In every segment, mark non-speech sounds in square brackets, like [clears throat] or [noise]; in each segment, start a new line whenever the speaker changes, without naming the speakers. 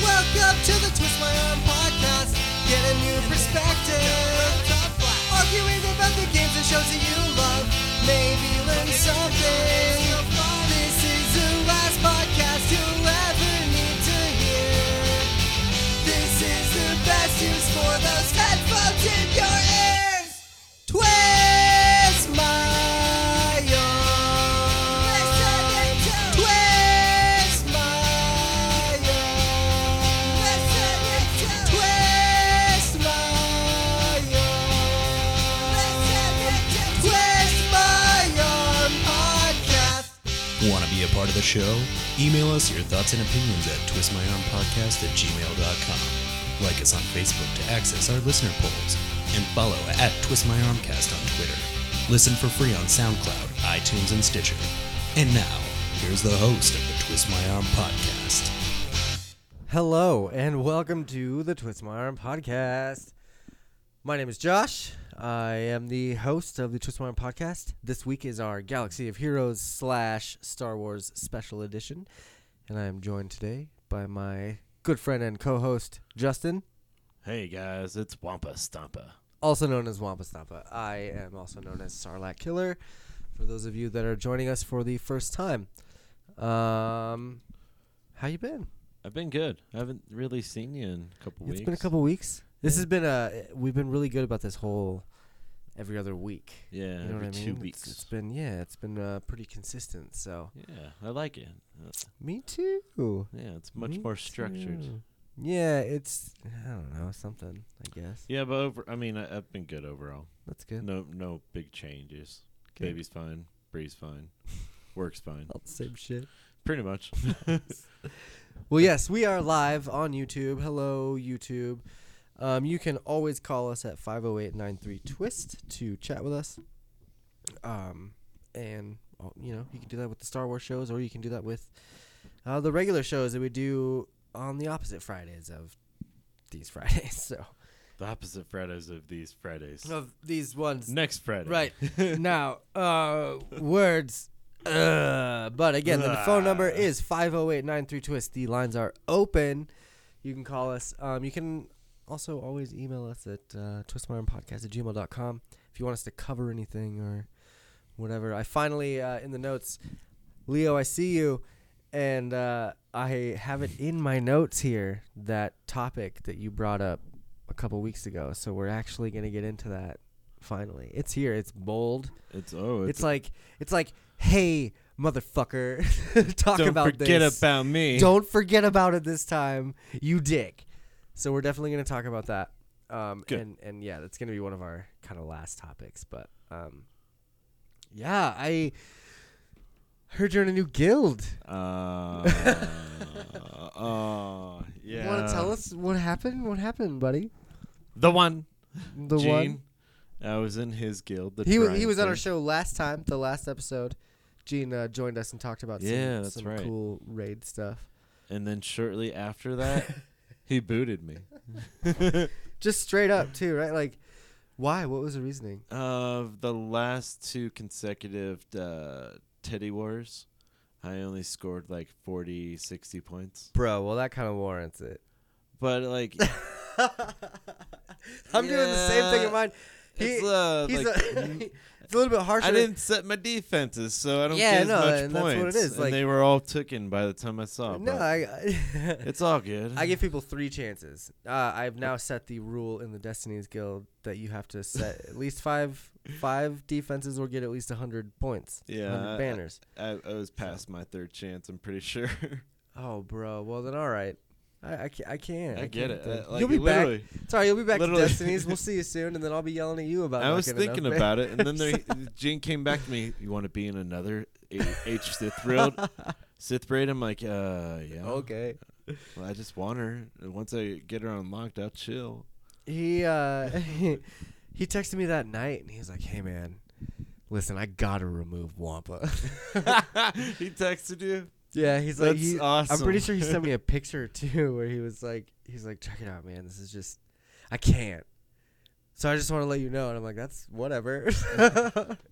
to the Twistland podcast. Get a new perspective. Arguing about the games and shows that you love. Maybe learn something. This is the last podcast you'll ever need to hear. This is the best use for those headphones in your ears. Twist my arm. Twist my arm. Twist my arm. Twist my arm podcast.
Want to be a part of the show? Email us your thoughts and opinions at twistmyarmpodcast at gmail.com. Like us on Facebook to access our listener polls, and follow at twistmyarmcast on Twitter. Listen for free on SoundCloud, iTunes, and Stitcher. And now, here's the host of the Twist My Arm Podcast.
Hello and welcome to the Twist My Arm podcast. My name is Josh. I am the host of the Twist My Arm podcast. This week is our Galaxy of Heroes slash Star Wars special edition, and I am joined today by my good friend and co-host Justin,
Hey guys, it's Wampa Stampa.
also known as Wampa Stampa. I am also known as Sarlacc Killer. For those of you that are joining us for the first time, um, how you been?
I've been good. I haven't really seen you in a couple weeks.
It's been a couple weeks. This has been a. We've been really good about this whole every other week.
Yeah,
you know
every
what I mean?
two
It's-
weeks.
it's been yeah, it's been uh, pretty consistent. So
yeah, I like it. That's-
me too.
Yeah, it's much
Me
more structured.
too. Mm-hmm. Yeah, it's I don't know something. I guess
Yeah, but over. I mean, I, I've been good overall.
that's good.
No, no big changes.
Good.
Baby's fine. Bree's fine. [laughs] Work's fine.
All the same shit.
Pretty much.
Well, yes, we are live on YouTube. Hello, YouTube. Um, you can always call us at 508-93-TWIST to chat with us. Um, and, oh, you know, you can do that with the Star Wars shows or you can do that with uh, the regular shows that we do on the opposite Fridays of these [laughs] Fridays. So,
the opposite Fridays of these Fridays.
of these ones.
Next Friday.
Right. now, uh, words. Uh, but again, the phone number
Ugh.
is 508-93-TWIST. The lines are open. You can call us. Um, you can also always email us at uh, twistmyarmpodcast at gmail.com if you want us to cover anything or whatever. I finally, uh, in the notes, Leo, I see you. And uh, I have it in my notes here, that topic that you brought up a couple weeks ago. So we're actually going to get into that finally. It's here. It's bold.
It's oh.
It's,
It's,
like it's like, hey, motherfucker, [laughs] talk
don't
about
forget
this.
about me.
Don't forget about it this time, you dick. So we're definitely gonna talk about that. Um,
Good.
and and yeah, that's gonna be one of our kind of last topics. But um, yeah, I heard you're in a new guild. [laughs]
Uh, uh, yeah.
Want to tell us what happened? What happened, buddy?
the one?
The
Gene.
one
I was in his guild. The
he wa- he was on
Triumph
our show last time, the last episode. Gene uh, joined us and talked about
Yeah,
some,
that's
some
right.
cool raid stuff.
And then
[laughs]
shortly after that, he booted me.
just straight up too, right? Like, why? What was the reasoning?
Of the last two consecutive uh, Teddy Wars, I only scored like 40, 60 points.
Bro, well that kind of warrants [laughs] it.
But like,
I'm doing the same thing in
Yeah,
mine. [laughs] He,
it's, uh,
he's
[laughs] like,
a, [laughs]
mm,
it's a little bit harsher.
I didn't set my defenses, so I don't
Yeah,
get as
no,
much
and that's what
points.
it is,
And
like-
they were all taken by the time I saw.
no,
but
I,
it's all good.
I give people three chances. Uh, I've now set the rule in the Destiny's Guild that you have to set at least five five defenses or get at least hundred points.
Yeah, I-
hundred
I-
banners.
I, I was past my third chance. I'm pretty [laughs] sure.
oh, bro. Well then, all right. I, I, ca- I can.
I,
I
get
can
it.
then.
I- like,
You'll be back.
literally,
Sorry, you'll be back
Literally.
to Destiny's.
[laughs]
We'll see you soon, and then I'll be yelling at you about.
I
not
was
getting enough
thinking
ban-
about it, and then [laughs] there, Gene came back to me. You want to be in another A- H Sith raid? Sith raid? I'm like, uh,
[laughs]
yeah.
Okay.
Well, I just want her. Once I get her unlocked, I'll
[laughs]
chill.
He uh, [laughs] he texted me that night, and he was like, "Hey man, listen, I gotta remove
[laughs]
Wampa." [laughs]
he texted you.
yeah, he's like,
That's
he,
awesome.
I'm pretty sure he sent me a [laughs] picture too, where he was like, he's like, check it out, man. This is just, I can't. So I just want to let you know, and I'm like, that's whatever. [laughs]
It-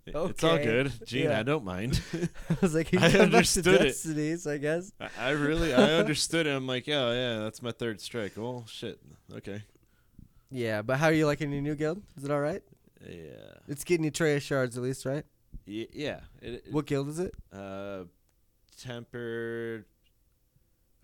[laughs] It's all
Okay.
good, Gene.
Yeah.
I
[laughs]
don't mind.
I was like, he come
I
back to
understood it.
Destiny's, I guess.
I- I really, I understood it. I'm like, yeah, yeah, that's my third strike. Oh shit. Okay.
Yeah, but how are you liking your new guild? Is it all right?
Yeah.
It's getting you Treya shards at least, right?
Y- yeah. It, it,
What guild is it?
Uh, tempered.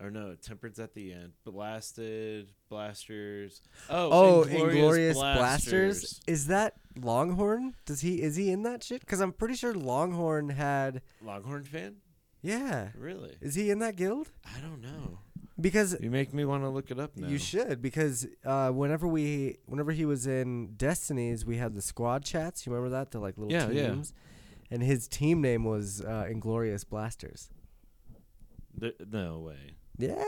Or no, tempered's at the end. Blasted blasters. Oh,
Oh,
Inglorious,
Inglorious
blasters.
Blasters. Is that Longhorn? Does he is he in that shit? Because I'm pretty sure Longhorn had
Longhorn fan?
yeah.
Really?
Is he in that guild?
I don't know.
Because
You make me want to look it up now.
You should because uh, whenever we, whenever he was in Destinies, we had the squad chats. You remember that the like little
Yeah, yeah.
teams, and his team name was uh, Inglorious Blasters.
Th- no way.
Yeah,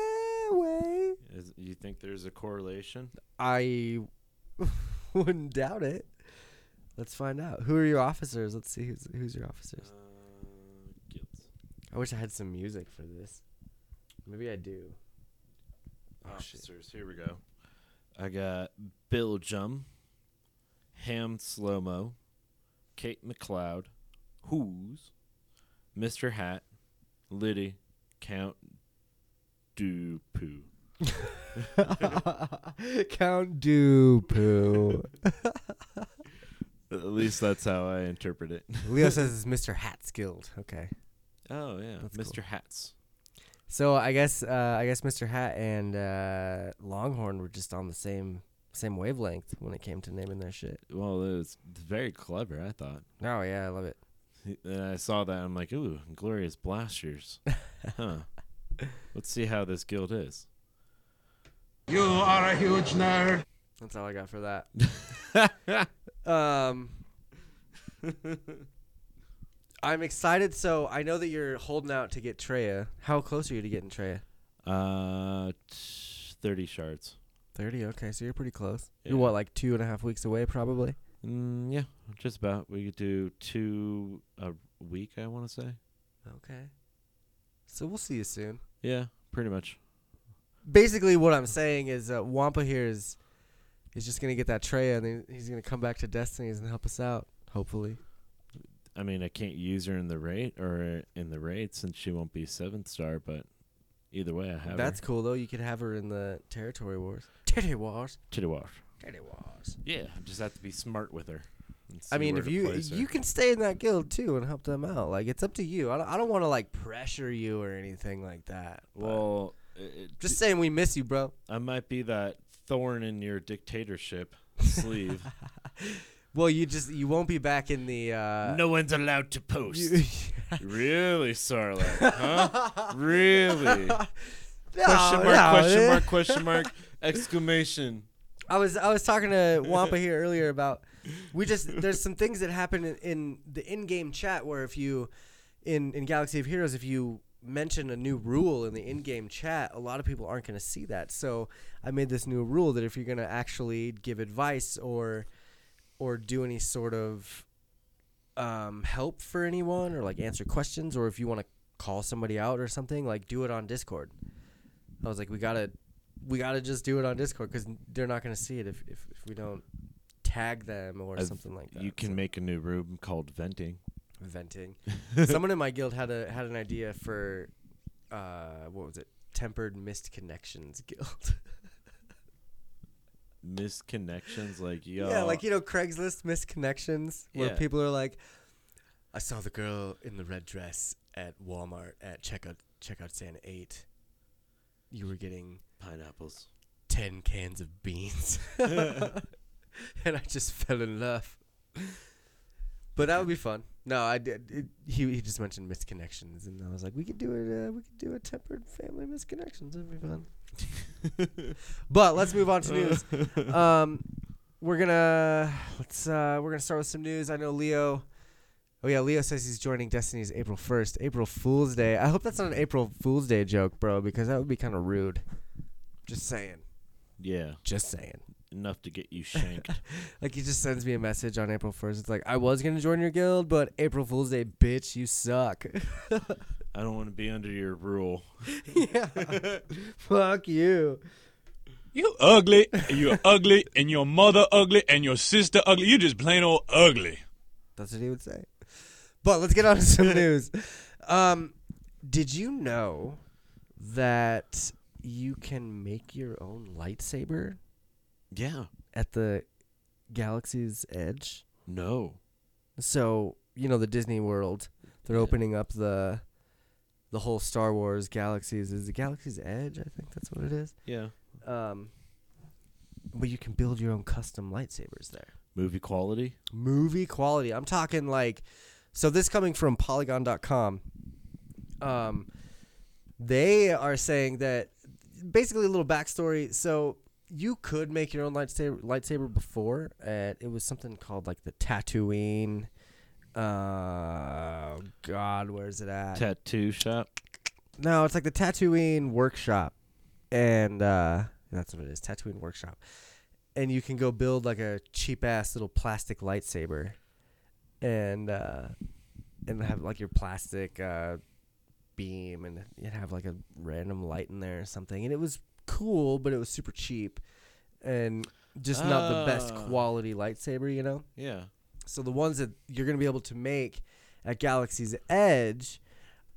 way.
Is, you think there's a correlation?
I [laughs] wouldn't doubt it. Let's find out. Who are your officers? Let's see who's who's your
Uh,
officers.
guilds.
I wish I had some music for this. Maybe I do. Oh, shit. [laughs]
Officers, here we go. I got Bill Jum, Ham Slowmo, Kate McLeod, Who's, Mr. Hat, Liddy, Count Dupoo.
Count Dupoo.
At least that's how I interpret it. [laughs]
Leo says it's Mr. Hat's Guild. Okay.
Oh yeah,
That's
Mr.
cool.
Hats.
So I guess uh, I guess Mr. Hat and uh, Longhorn were just on the same same wavelength when it came to naming their shit.
Well, it was very clever, I thought.
Oh yeah, I love it.
And I saw that I'm like, ooh, glorious blasters. [laughs] Huh. Let's see how this guild [laughs] is.
You are a huge nerd.
That's all I got for that. um, [laughs] I'm excited. So I know that you're holding out to get Treya. How close are you to getting Treya?
Uh, t- thirty shards.
Thirty. Okay, so you're pretty close.
Yeah.
You're what, like two and a half weeks away, probably.
Mm, yeah, just about. We could do two a week. I want to say.
Okay. So we'll see you soon.
Yeah, pretty much.
basically what I'm saying is uh, Wampa here is is just gonna get that Treya and then he's gonna come back to Destinies and help us out. Hopefully,
I mean, I can't use her in the rate or in the raid since she won't be seventh star. But either way, I have
that's
her.
cool though. You could have her in the territory wars. Territory wars.
to the wash.
Territory wars.
Yeah, I just have to be smart with her. and
I
see
mean,
where
if
to
you
place her.
you can stay in that guild too and help them out. Like it's up to you. I don't, I don't want to like pressure you or anything like that. but-
well, it- it-
just saying we miss you, bro.
I might be that thorn in your [laughs] dictatorship
[laughs]
sleeve.
Well, you just you won't be back in the. Uh, [laughs]
no one's allowed to post.
You,
really, Sarlacc? Huh? [laughs] really? Question
No,
mark?
no,
question
eh.
mark? Question mark? Exclamation!
I was I was talking to Wampa here earlier about we just there's some things that happen in, in the in-game chat where if you in in Galaxy of Heroes if you mention a new rule in the in-game chat a lot of people aren't going to see that. So I made this new rule that if you're going to actually give advice or or do any sort of um, help for anyone or like answer questions or if you want to call somebody out or something like do it on Discord. I was like we got to we gotta just do it on Discord because they're not gonna see it if, if, if we don't tag them or
I've-
something like that.
You can make a new room called venting. [laughs]
venting. Someone in my guild had a had an idea for uh what was it? Tempered missed connections guild. [laughs]
Misconnections, like yo.
yeah, like you know Craigslist missed connections where
Yeah.
people are like, I saw the girl in the red dress at Walmart at checkout checkout stand eight. You were getting
pineapples.
10 cans of beans. [laughs] and I just fell in love. But that would be fun. No, I did. It, he, he just mentioned misconnections, and I was like, we could do it. Uh, we could do a tempered family misconnections. That'd be fun. but let's move on to news. Um, we're gonna let's uh, we're gonna start with some news. I know Leo. Oh yeah, Leo says he's joining Destiny's April first, April Fool's Day. I hope that's not an April Fool's Day joke, bro, because that would be kind of rude. Just saying.
Yeah,
Just saying.
enough to get you shanked. [laughs]
Like he just sends me a message on April first. It's like I was gonna join your guild, but April Fool's Day, bitch, you suck. [laughs]
I don't want to be under your rule.
yeah. Fuck you.
You ugly, and you're ugly, and your mother ugly, and your sister ugly. You just plain old ugly.
That's what he would say. But let's get on to some news. Um, did you know that you can make your own lightsaber
Yeah.
at the galaxy's edge?
No.
So you know the Disney World, they're opening up the the whole Star Wars galaxies. Is the Galaxy's Edge? I think that's what it is.
Yeah.
Um, but you can build your own custom lightsabers there.
Movie quality.
movie quality. I'm talking like so this coming from polygon.com. Um they are saying that basically a little backstory. So you could make your own lightsaber lightsaber before. At, it was something called like the Tatooine. Uh God, where's it at?
Tattoo shop.
No, it's like the Tatooine Workshop, and uh, that's what it is, Tatooine Workshop. And you can go build like a cheap ass little plastic lightsaber, and uh, and have like your plastic uh, beam, and you'd have like a random light in there or something. And it was cool, but it was super cheap, and just not the best
Ah.
quality lightsaber, you know.
Yeah.
So the ones that you're going to be able to make at Galaxy's Edge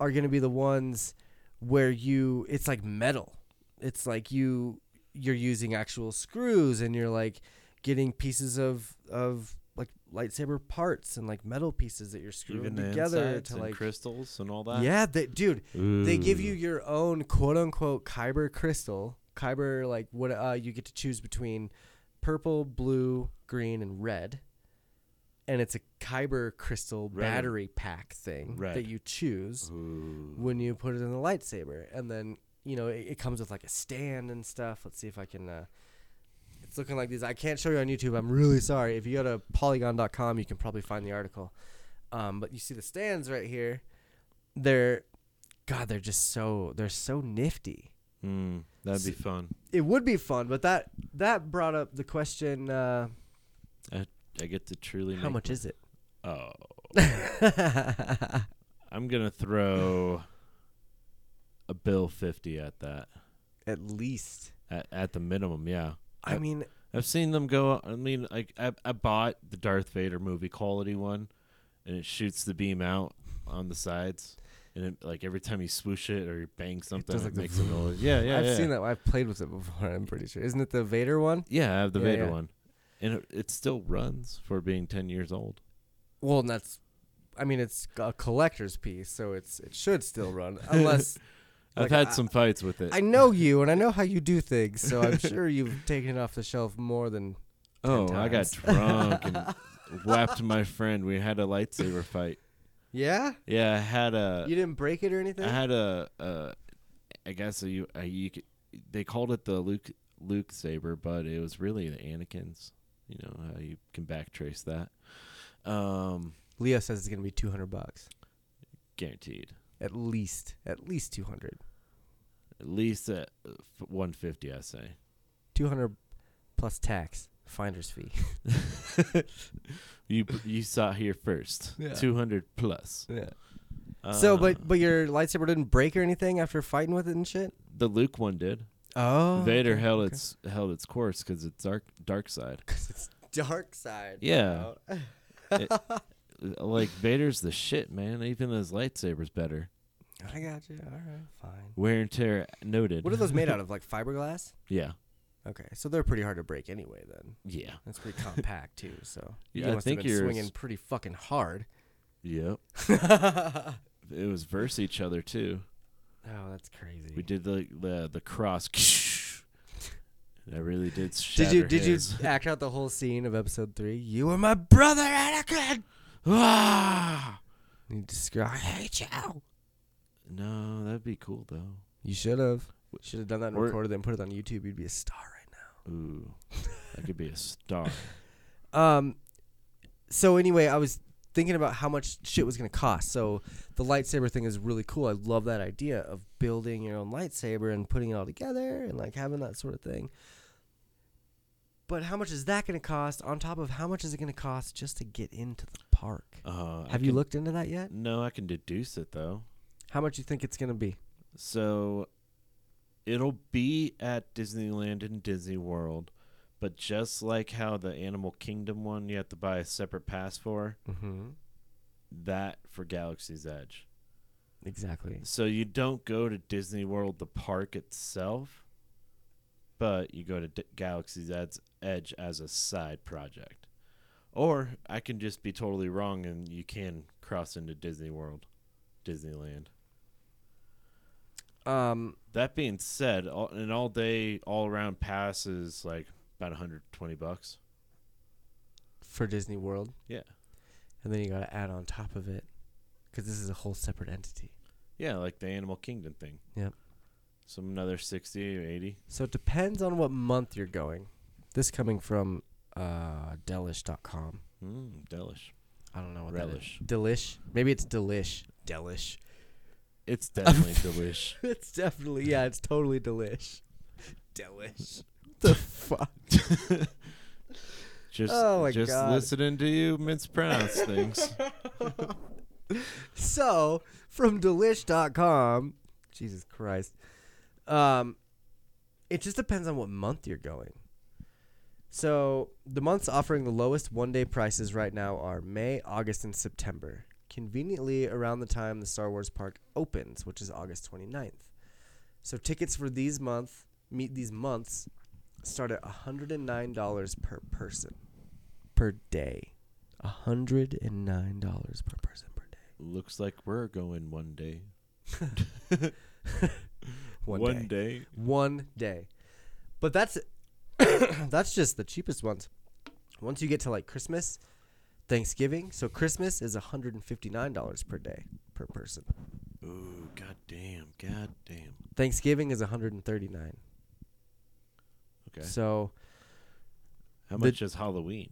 are going to be the ones where you it's like metal. It's like you you're using actual screws and you're like getting pieces of of like lightsaber parts and like metal pieces that you're screwing
Even the
together
insides
to
and
like
crystals and all that.
yeah, they, dude, they give
Ooh.
you your own quote unquote kyber crystal. Kyber, like what uh, you get to choose between purple, blue, green, and red. And it's a kyber crystal
Red.
battery pack thing that
Red.
you choose when you put it in the lightsaber. And then, you know, it, it comes with like a stand and stuff. Let's see if I can. Uh, it's looking like these. I can't show you on YouTube. I'm really sorry. If you go to polygon.com, you can probably find the article. Um, but you see the stands right here. They're, God, they're just so they're so nifty.
Mm, that'd be fun.
It would be fun, but that that brought up the question: uh,
I, I get to truly.
How
make
much is it?
one. Oh. I'm gonna throw a bill fifty [laughs] at that.
At least,
At, at the minimum, yeah.
I
Yep.
mean,
I've seen them go. I mean, like I, I bought the Darth Vader movie quality one, and it shoots the beam out on the sides, and it, like every time you swoosh it or you bang something, it,
does, like, the
makes
[laughs]
a noise. Yeah, yeah.
I've
yeah.
seen that. I've played with it before. I'm pretty sure. Isn't it the Vader one?
Yeah, I have the
Yeah,
Vader
yeah.
one, and it, it still runs for being ten years old.
Well, and that's, I mean, it's a collector's piece, so it's it should still run unless.
[laughs] I've
Like,
had
I-
some fights with it.
I know you, and I know how you do things, so I'm sure you've [laughs] taken it off the shelf more than. 10
oh, I got
times.
drunk
[laughs]
and whapped my friend. We had a lightsaber fight.
Yeah,
Yeah, I had a.
you didn't break it or anything.
Uh, I had a, a I guess a, you, a, you could, they called it the Luke Luke saber, but it was really the Anakin's. You know how you can backtrace that. Um,
Leo says it's gonna be 200 bucks
guaranteed,
at least, at least 200,
at least at uh, f- 150. I say.
200 plus tax, finder's fee.
You you saw it here first.
[laughs] Yeah.
200 plus.
Yeah. so, but
Uh,
but your lightsaber didn't break or anything after fighting with it and shit.
the Luke one did.
Oh, [laughs]
Vader held its held its course because it's dark dark side.
it's dark side.
Yeah.
bro. [laughs]
Uh, like Vader's the shit, man. Even his lightsaber's better.
I got you. All right, fine.
Wear and tear noted.
What are those
[laughs]
made out of? Like fiberglass?
Yeah.
Okay, so they're pretty hard to break anyway. Then
Yeah.
that's pretty compact too. So
[laughs] Yeah, I think yours-
swinging pretty fucking
[laughs]
hard. [laughs]
Yep. it was verse each other too.
Oh, that's crazy.
We did the the, the cross. [laughs] I really did.
did you did you [laughs] act out the whole scene of episode three? You were
[laughs]
my brother, Anakin.
Ah!
You just go, I hate you.
No, that'd be cool though.
You should have. Should have done that and
Or-
recorded it and put it on YouTube. You'd be a star right now.
Ooh, I could be
[laughs]
a star.
Um, so anyway, I was thinking about how much shit was gonna cost. So the lightsaber thing is really cool. I love that idea of building your own lightsaber and putting it all together and like having that sort of thing. But how much is that gonna cost? On top of how much is it gonna cost just to get into the park?
Uh, I
Have you
can-
looked into that yet?
No, I can deduce it though.
How much you think it's gonna be?
So, it'll be at Disneyland and Disney World, but just like how the Animal Kingdom one you have to buy a separate pass for,
Mm-hmm.
that for Galaxy's Edge.
Exactly.
So you don't go to Disney World, the park itself, but you go to D- Galaxy's Edge, Edge as a side project. Or I can just be totally wrong and you can cross into Disney World, Disneyland.
Um,
That being said, all, an all day, all around pass is like about 120 bucks.
for Disney World,
Yeah.
and then you got to add on top of it because this is a whole separate entity.
Yeah, like the Animal Kingdom thing.
Yep.
So another 60 or 80.
So it depends on what month you're going. This coming from uh, Delish.com.
Mm, delish.
I don't know what
Relish.
that is. Delish. Maybe it's Delish. Delish.
It's definitely delish.
[laughs] it's definitely yeah. It's totally Delish. Delish. the fuck.
Just,
Oh my
just
God.
listening to
[laughs]
you mispronounce things.
So from Delish.com, Jesus Christ. Um, it just depends on what month you're going. So the months offering the lowest one-day prices right now are May, August, and September. Conveniently around the time the Star Wars park opens, which is August 29th. So tickets for these month meet these months start at $109 per person per day. $109 per person per day.
Looks like we're going one day.
One, day.
day.
one day. But that's [coughs] that's just the cheapest ones. Once you get to like Christmas, Thanksgiving, so Christmas is $159 per day per person.
Ooh, goddamn, goddamn.
Thanksgiving is 139.
Okay.
So
How
the-
much is Halloween?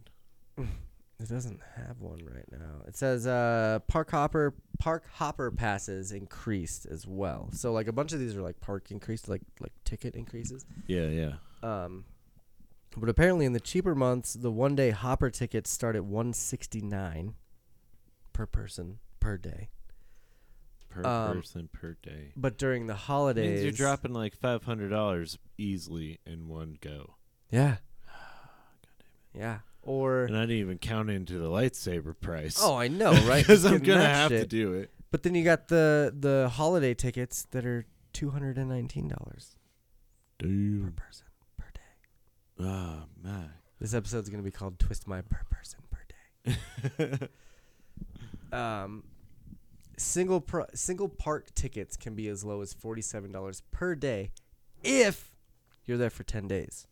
it doesn't have one right now. It says uh park hopper park hopper passes increased as well. So like a bunch of these are like park increased like like ticket increases.
Yeah, yeah.
Um, but apparently, in the cheaper months, the one day hopper tickets start at one sixty nine per person per day.
Per
Um,
person per day.
But during the
Means
holidays,
you're dropping like five hundred dollars easily in one go.
Yeah, yeah. Or
Ah, And I didn't even count into the lightsaber price. [laughs]
oh, I know, right?
Because I'm
Getting
gonna
that
have to
shit.
do it.
But then you got the the holiday tickets that are two hundred and nineteen dollars per
Dude.
person per day.
Oh my.
This episode's gonna be called "Twist My Per Person Per Day."
[laughs]
um, single pro- single park tickets can be as low as forty seven dollars per day, if you're there for ten days.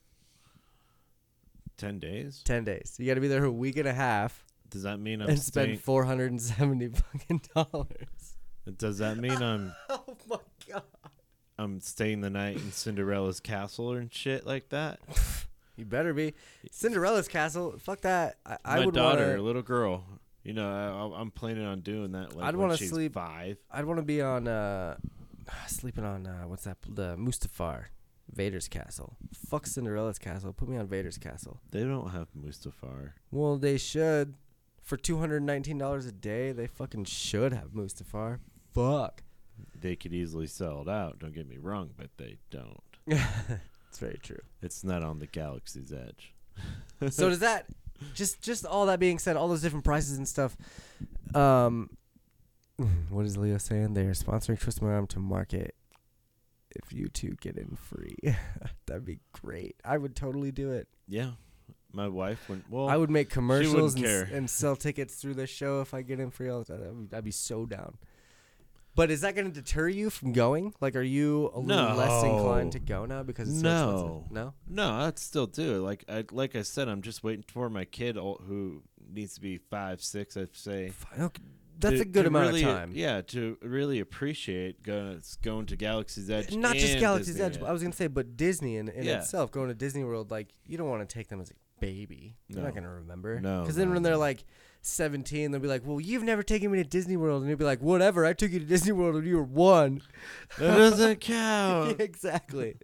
Ten days?
Ten days. You got to be there a week and a half
Does that mean I'm
and
staying?
spend four hundred and seventy [laughs] fucking dollars.
does
[laughs]
that mean I'm
Oh my god!
I'm staying the night in Cinderella's castle and shit like that?
You better be Cinderella's castle. Fuck that. I, [laughs] I
My
would
daughter,
Wanna,
little girl. You know, I, I'm planning on doing that. Like,
I'd
want
wanna
to
sleep-
five.
I'd want to be on uh [sighs] sleeping on uh what's that the Mustafar Vader's castle. Fuck Cinderella's castle. Put me on Vader's castle.
They don't have Mustafar.
Well, they should. For two hundred nineteen dollars a day, they fucking should have Mustafar. Fuck.
They could easily sell it out. Don't get me wrong, but they don't.
it's very true.
It's not on the galaxy's edge.
[laughs] so does that just just all that being said, all those different prices and stuff. Um [clears throat] what is Leo saying? They are sponsoring Twist My Arm to market if you two get in free. [laughs] That'd be great. I would totally do it.
Yeah, my wife went. Well,
I would make commercials and, s-
care.
and sell tickets through the show if I get in free. All the time. I'd, be, I'd be so down. But is that going to deter you from going? Like, are you a little less inclined to
No.
go now because it's so
No.
expensive? No.
No, I'd still do it. Like I, like I said, I'm just waiting for my kid o- who needs to be five, six. I'd say
Fine, Okay. That's
to-
a good
to
amount
really-
of time.
Yeah, to really appreciate going going to Galaxy's Edge.
Not just
and
Galaxy's
Disneyland.
Edge. But I was going to say, but Disney in, in
Yeah.
itself, going to Disney World, like, you don't want to take them as a baby. They're not
No.
going to remember.
No,
Because then
no,
when they're
no.
like 17, they'll be like, well, you've never taken me to Disney World. And you'll be like, whatever. I took you to Disney World when you were one.
That doesn't
Yeah, [laughs]
count.
exactly.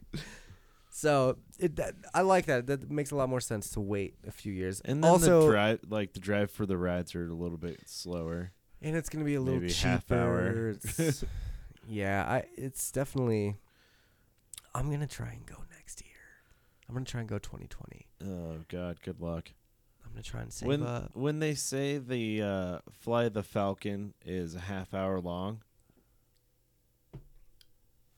so it that, I like that. That makes a lot more sense to wait a few years.
And
And
then
also,
the drive, like the drive for the rides, are a little bit slower.
and it's gonna be a little
maybe
[laughs] cheaper.
half hour.
It's- yeah, I. It's definitely. I'm gonna try and go next year. I'm gonna try and go 2020.
Oh God, good luck.
I'm gonna try and save
when
up.
when they say the uh, fly the Falcon is a half hour long,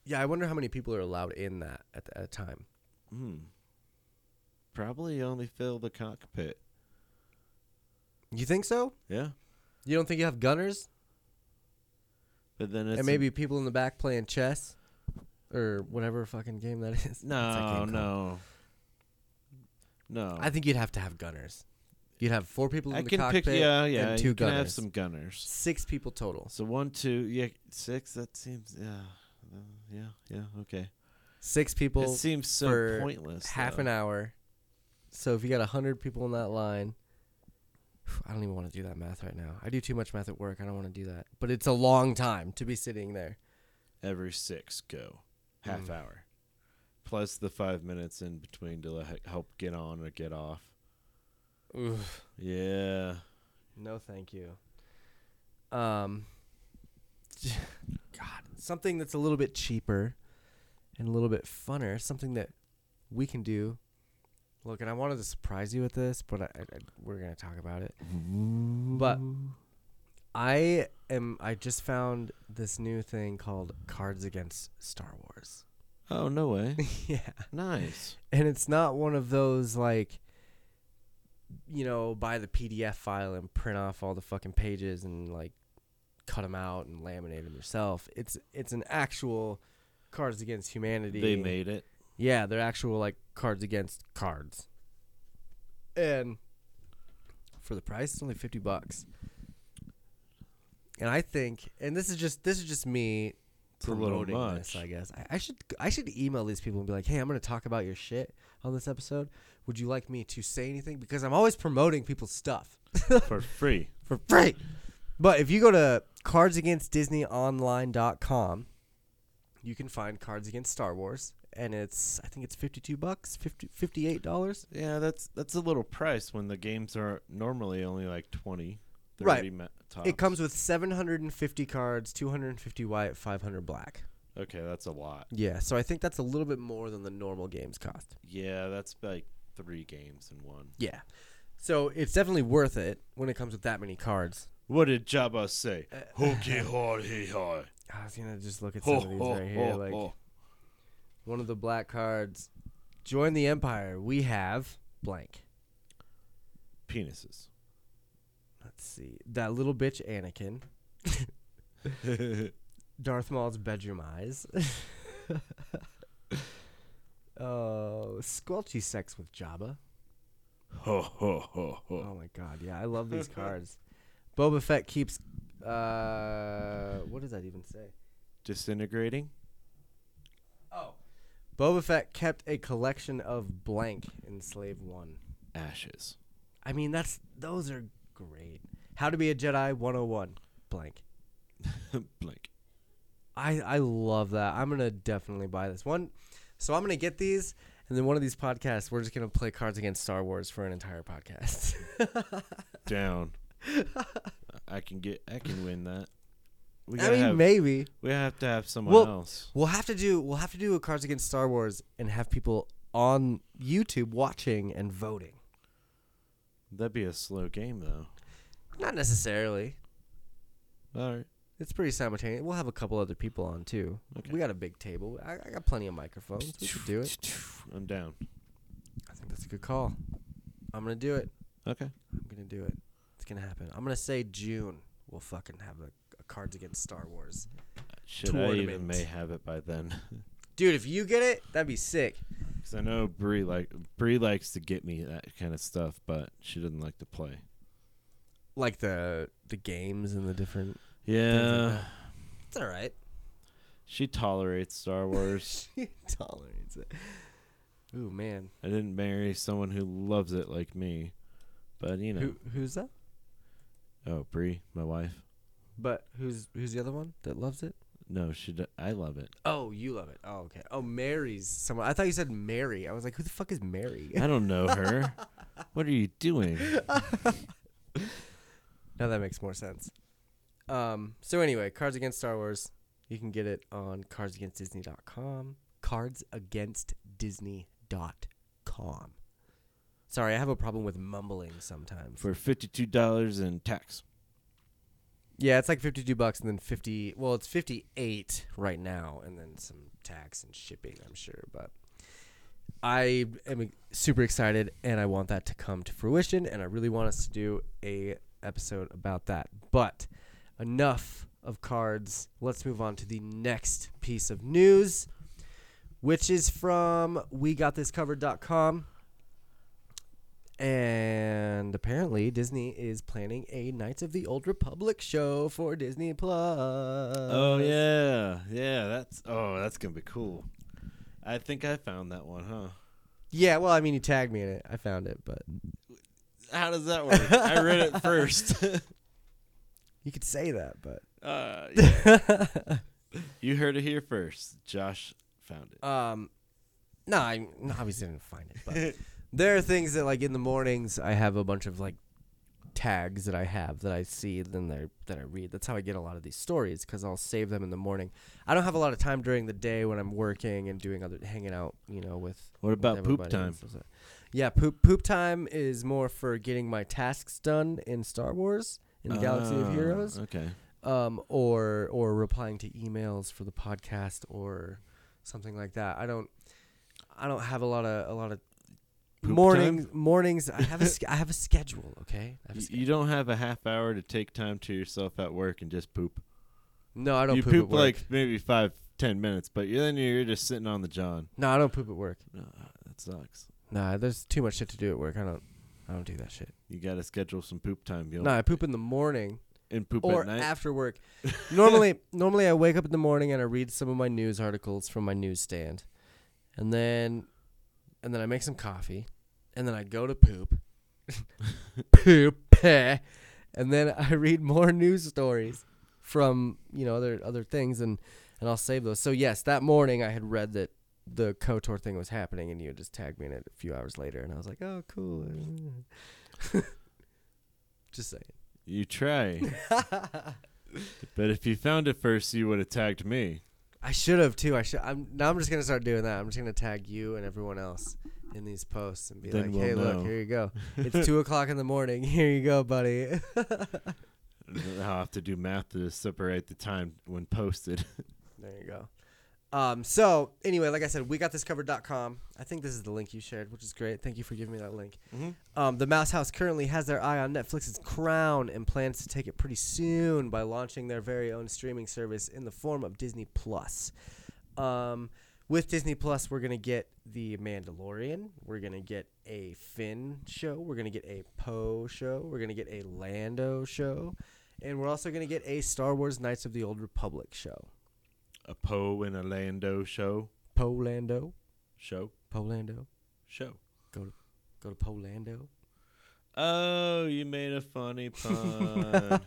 Yeah, I wonder how many people are allowed in that at, the, at a time.
hmm, probably only fill the cockpit.
You think so?
Yeah,
You don't think you have gunners
but then it's
and
a-
maybe people in the back playing chess or whatever fucking game that is? What's that
no,
game called?
no, no.
I think you'd have to have gunners. You'd have four people in
I
the
can
cockpit
pick. Yeah, yeah.
and two
you can
gunners.
have some gunners.
Six people total.
So one, two, yeah, six. That seems yeah, uh, yeah, yeah. Okay.
Six people.
it seems so
for
pointless.
half
though.
an hour. So if you got 100 people in that line, [sighs] I don't even want to do that math right now. I do too much math at work. I don't want to do that. But it's a long time to be sitting there.
every six go half
Mm.
hour plus the five minutes in between to le- help get on or get off yeah
No, thank you. Um, God, something that's a little bit cheaper and a little bit funner. Something that we can do. Look, and I wanted to surprise you with this, but I, I, I- we're gonna talk about it. But I am. I just found this new thing called Cards Against Star Wars.
oh no way
[laughs] yeah
nice
and it's not one of those like you know buy the pdf file and print off all the fucking pages and like cut them out and laminate them yourself it's it's an actual cards against humanity
they made
[laughs]
it
yeah they're actual like cards against cards and for the price it's only 50 bucks and i think and this is just this is just me
it's a little
promoting
much
this, I guess. I, I should I should email these people and be like, hey, I'm gonna talk about your shit on this episode. Would you like me to say anything? Because I'm always promoting people's stuff
for free
for free. But if you go to cardsagainstdisneyonline.com, you can find Cards Against Star Wars, and it's I think it's 52 bucks, 50, 58 dollars.
yeah that's that's a little price when the games are normally only like 20 30
Right.
ma- tops.
It comes with 750 cards, 250 white, 500 black.
okay that's a lot
Yeah, so I think that's a little bit more than the normal games cost.
yeah that's like three games in one
Yeah. So it's definitely worth it when it comes with that many cards.
what did jabba say
Uh, [laughs]
okay hard he hard
I was gonna just look at some of these right here. Like one of the black cards. Join the Empire. We have blank.
penises
Let's see. That little bitch
[laughs]
Anakin. Darth Maul's bedroom
[laughs]
eyes. Oh, squelchy sex with Jabba.
ho ho ho ho
Oh my god, yeah, I love these cards. Boba Fett keeps. Uh, what does that even say?
disintegrating.
Oh. Boba Fett kept a collection of blank in Slave One.
Ashes. [laughs]
I mean, that's those are great. How to be a Jedi 101 blank.
Blank.
I I love that. I'm gonna definitely buy this one. So I'm gonna get these, and then one of these podcasts, we're just gonna play Cards Against Star Wars for an entire podcast. [laughs]
Down. I can get. I can win that. We
I
gotta
mean,
have,
maybe
we have to have someone
Well-
else.
we'll have to do we'll have to do a Cards Against Star Wars and have people on YouTube watching and voting.
That'd be a slow game though.
Not necessarily.
All right.
It's pretty simultaneous. We'll have a couple other people on too.
Okay.
We got a big table. I, I got plenty of microphones. We could
[laughs]
do it.
I'm down.
I think that's a good call. I'm gonna do it.
Okay.
I'm gonna do it. It's gonna happen. I'm gonna say June. We'll fucking have a, a Cards Against Star Wars.
Should I
Tournament.
even may have it by then? [laughs]
Dude, if you get it, that'd be sick.
Because I know Bree like Bree likes to get me that kind of stuff, but she doesn't like to play.
Like the the games and the different.
Yeah.
that. It's all right. [laughs]
She tolerates Star Wars.
She tolerates it. Ooh man,
I didn't marry someone who loves it like me, but you know.
who who's that?
Oh, Bree, my wife.
But who's who's the other one that loves it?
No, she. D- I love it.
Oh, you love it. Oh, okay. Oh, Mary's someone. I thought you said Mary. I was like, who the fuck is Mary?
I
[laughs]
don't know her. what are you doing?
Now that makes more sense. Um, so anyway, Cards Against Star Wars, you can get it on cardsagainstdisney.com. cardsagainstdisney.com. Sorry, I have a problem with mumbling sometimes.
for fifty-two dollars and tax.
Yeah, it's like 52 bucks and then 50, well, it's 58 right now and then some tax and shipping, I'm sure, but I am super excited and I want that to come to fruition and I really want us to do a episode about that. But enough of cards. Let's move on to the next piece of news, which is from wegotThisCovered.com. And apparently, Disney is planning a Knights of the Old Republic show for Disney Plus.
Oh yeah, yeah. That's oh, that's gonna be cool. I think I found that one, huh?
yeah. Well, I mean, you tagged me in it. I found it, but
How does that work? I read it
[laughs]
first. [laughs]
you could say that. But
uh, yeah. you heard it here first. Josh found it.
um, no, I no, obviously didn't find it. But [laughs] there are things that, like in the mornings, I have a bunch of like tags that I have that I see, then they that I read. That's how I get a lot of these stories because I'll save them in the morning. I don't have a lot of time during the day when I'm working and doing other hanging out, you know, with
What
with
about poop
everybody and
time?
stuff like that. Yeah, poop poop time is more for getting my tasks done in Star Wars in Galaxy of
Oh,
Heroes,
Okay.
um, or or replying to emails for the podcast or something like that. I don't I don't have a lot of a lot of
Poop
mornings mornings. I have a
[laughs]
sch- I have a schedule. Okay, I have a
You,
sch-
you don't have a half hour to take time to yourself at work and just poop.
no, I don't
You
poop,
poop
at work.
like maybe five, ten minutes, but you- then you're just sitting on the john.
no, I don't poop at work.
No, that sucks.
Nah, there's too much shit to do at work. I don't I don't do that shit.
You got to schedule some poop time, yo.
No, I poop in the morning.
and poop
or
at night.
after work. normally, normally I wake up in the morning and I read some of my news articles from my newsstand, and then, and then I make some coffee, and then I go to poop, [laughs] poop, [laughs] eh, and then I read more news stories from you know other other things, and and I'll save those. So yes, that morning I had read that. The Kotor thing was happening, and you had just tagged me in it a few hours later, and I was like, "Oh, cool." [laughs] just
you
[laughs]
try,
saying.
but if you found it first, you would have tagged me.
I should have too. I should. I'm now. I'm just gonna start doing that. I'm just gonna tag you and everyone else in these posts and be
Then
like,
we'll
"Hey,
know."
look, here you
[laughs]
go. It's two o'clock in the morning. [laughs] Here you go, buddy."
I'll have to do math to separate the time when posted.
there you go. Um. So anyway, like I said, we got this covered.com. I think this is the link you shared, which is great. Thank you for giving me that link. Um, the Mouse House currently has their eye on Netflix's Crown and plans to take it pretty soon by launching their very own streaming service in the form of Disney Plus. Um, with Disney Plus, we're gonna get the Mandalorian. We're gonna get a Finn show. We're gonna get a Poe show. We're gonna get a Lando show, and we're also gonna get a Star Wars Knights of the Old Republic show.
[laughs] A Poe and a Lando show,
Poe Lando,
show,
Poe Lando,
show.
go to Poe Lando.
Oh, you made a
[laughs]
funny pun.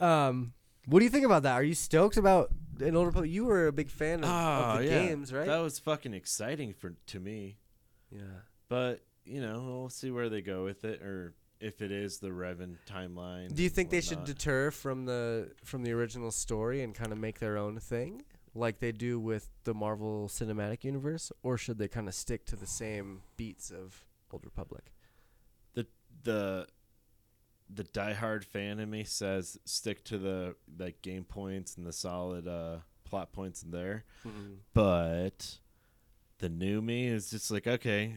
Um, what do you think about that? Are you stoked about an older Republic? You were a big fan of,
Ah,
of the
yeah.
games, right?
That was fucking exciting for to me.
yeah.
But you know, we'll see where they go with it, or if it is the Revan timeline.
Do you
and
think they should
whatnot.
deter from the from the original story and kind of make their own thing, like they do with the Marvel Cinematic Universe, or should they kind of stick to the same beats of Old Republic?
the the the diehard fan in me says stick to the like game points and the solid uh, plot points in there, but the new me is just like okay,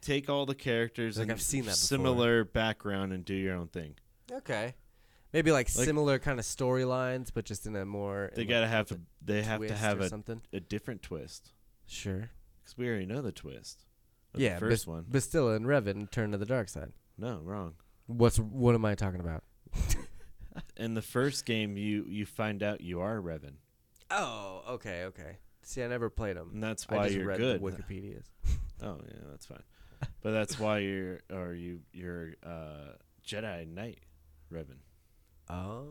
take all the characters
Like,
and
I've seen that before.
similar background and do your own thing.
Okay, maybe like,
Like-
similar kind of storylines, but just in a more
They
in,
gotta
like,
have to they have to
twist
have
or
a,
something.
a different twist
Sure.
because we already know the twist. of the
Yeah, Bas-
first one.
Bastilla and Revan turn to the dark side.
No, wrong.
What's what am I talking about?
In the first game, you you find out you are Revan,
Oh, okay, okay. See, I never played them.
and Mm, that's why
I just
you're
read
good.
the Wikipedia's.
[laughs] Oh yeah, that's fine. But that's why you're or you you're uh, Jedi Knight, Revan.
Oh,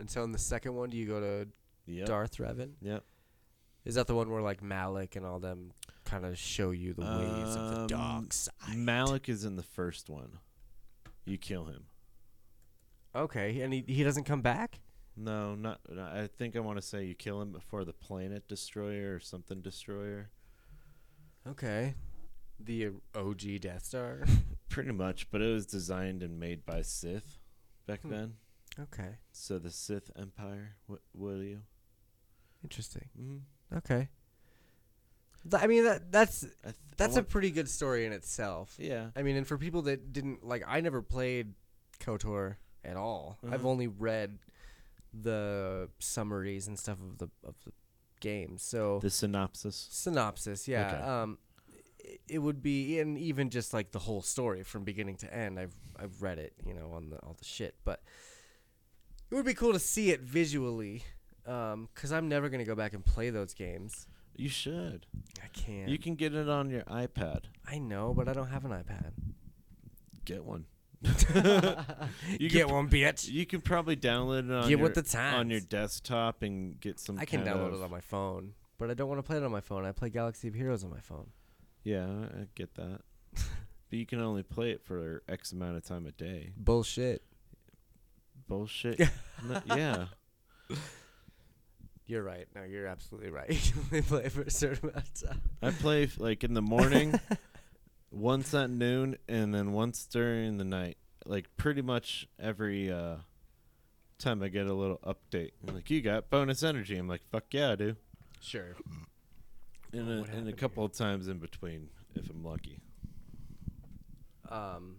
and so in the second one, do you go to
Yep.
Darth Revan?
Yep.
Is that the one where like Malik and all them kind of show you the ways of the
Um,
dark side?
Malik is in the first one. You kill him.
Okay, and he, he doesn't come back.
No, not. no, I think I want to say you kill him before the planet destroyer or something destroyer.
Okay. The OG Death [laughs] Star.
Pretty much, but it was designed and made by Sith back
Hmm.
then.
okay.
So the Sith Empire, what, what are you?
Interesting.
Mm-hmm.
Okay. Th- I mean that that's
I th- I
that's a
want-
pretty good story in itself.
yeah.
I mean, and for people that didn't like, I never played KOTOR at all. I've
Uh-huh.
only read the summaries and stuff of the of the games. So
The synopsis.
synopsis, yeah.
Okay.
Um, i- it would be, and even just like the whole story from beginning to end. I've I've read it, you know, on the all the shit, but it would be cool to see it visually. Um, cause I'm never gonna go back and play those games.
You should.
I can't.
You can get it on your iPad.
I know, but I don't have an iPad.
Get [laughs] one.
You
You
get
could-
one, bitch.
You can probably download it on
Get
your
with the
on your
times.
desktop and get some.
I can
kind
download
of-
it on my phone, but I don't want to play it on my phone. I play Galaxy of Heroes on my phone.
Yeah, I
[laughs]
get that. but you can only play it for X amount of time
[laughs]
a day.
Bullshit. [laughs]
Bullshit. No- yeah.
You're right. No, you're absolutely right. [laughs] You can only play it for a certain amount of time.
I play f- like in
[laughs]
the morning, once at noon, and then once during the night. Like pretty much every uh, time I get a little update. I'm like, you got bonus energy. I'm like, fuck yeah, I do.
Sure. what
And a, and a
happened
couple of times in between, if I'm lucky.
Um.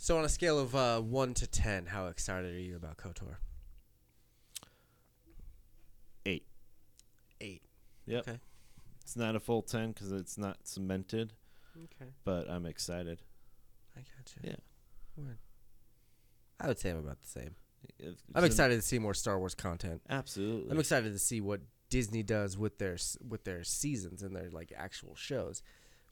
So on a scale of uh, one to ten, how excited are you about Kotor?
Eight.
Eight.
Yep.
Okay.
It's not a full ten because it's not cemented,
Okay.
but I'm excited.
I gotcha.
Yeah.
Word. I would say I'm about the same.
It's-
I'm
it's an-
excited to see more Star Wars content.
Absolutely.
I'm excited to see what Disney does with their s- with their seasons and their like actual shows.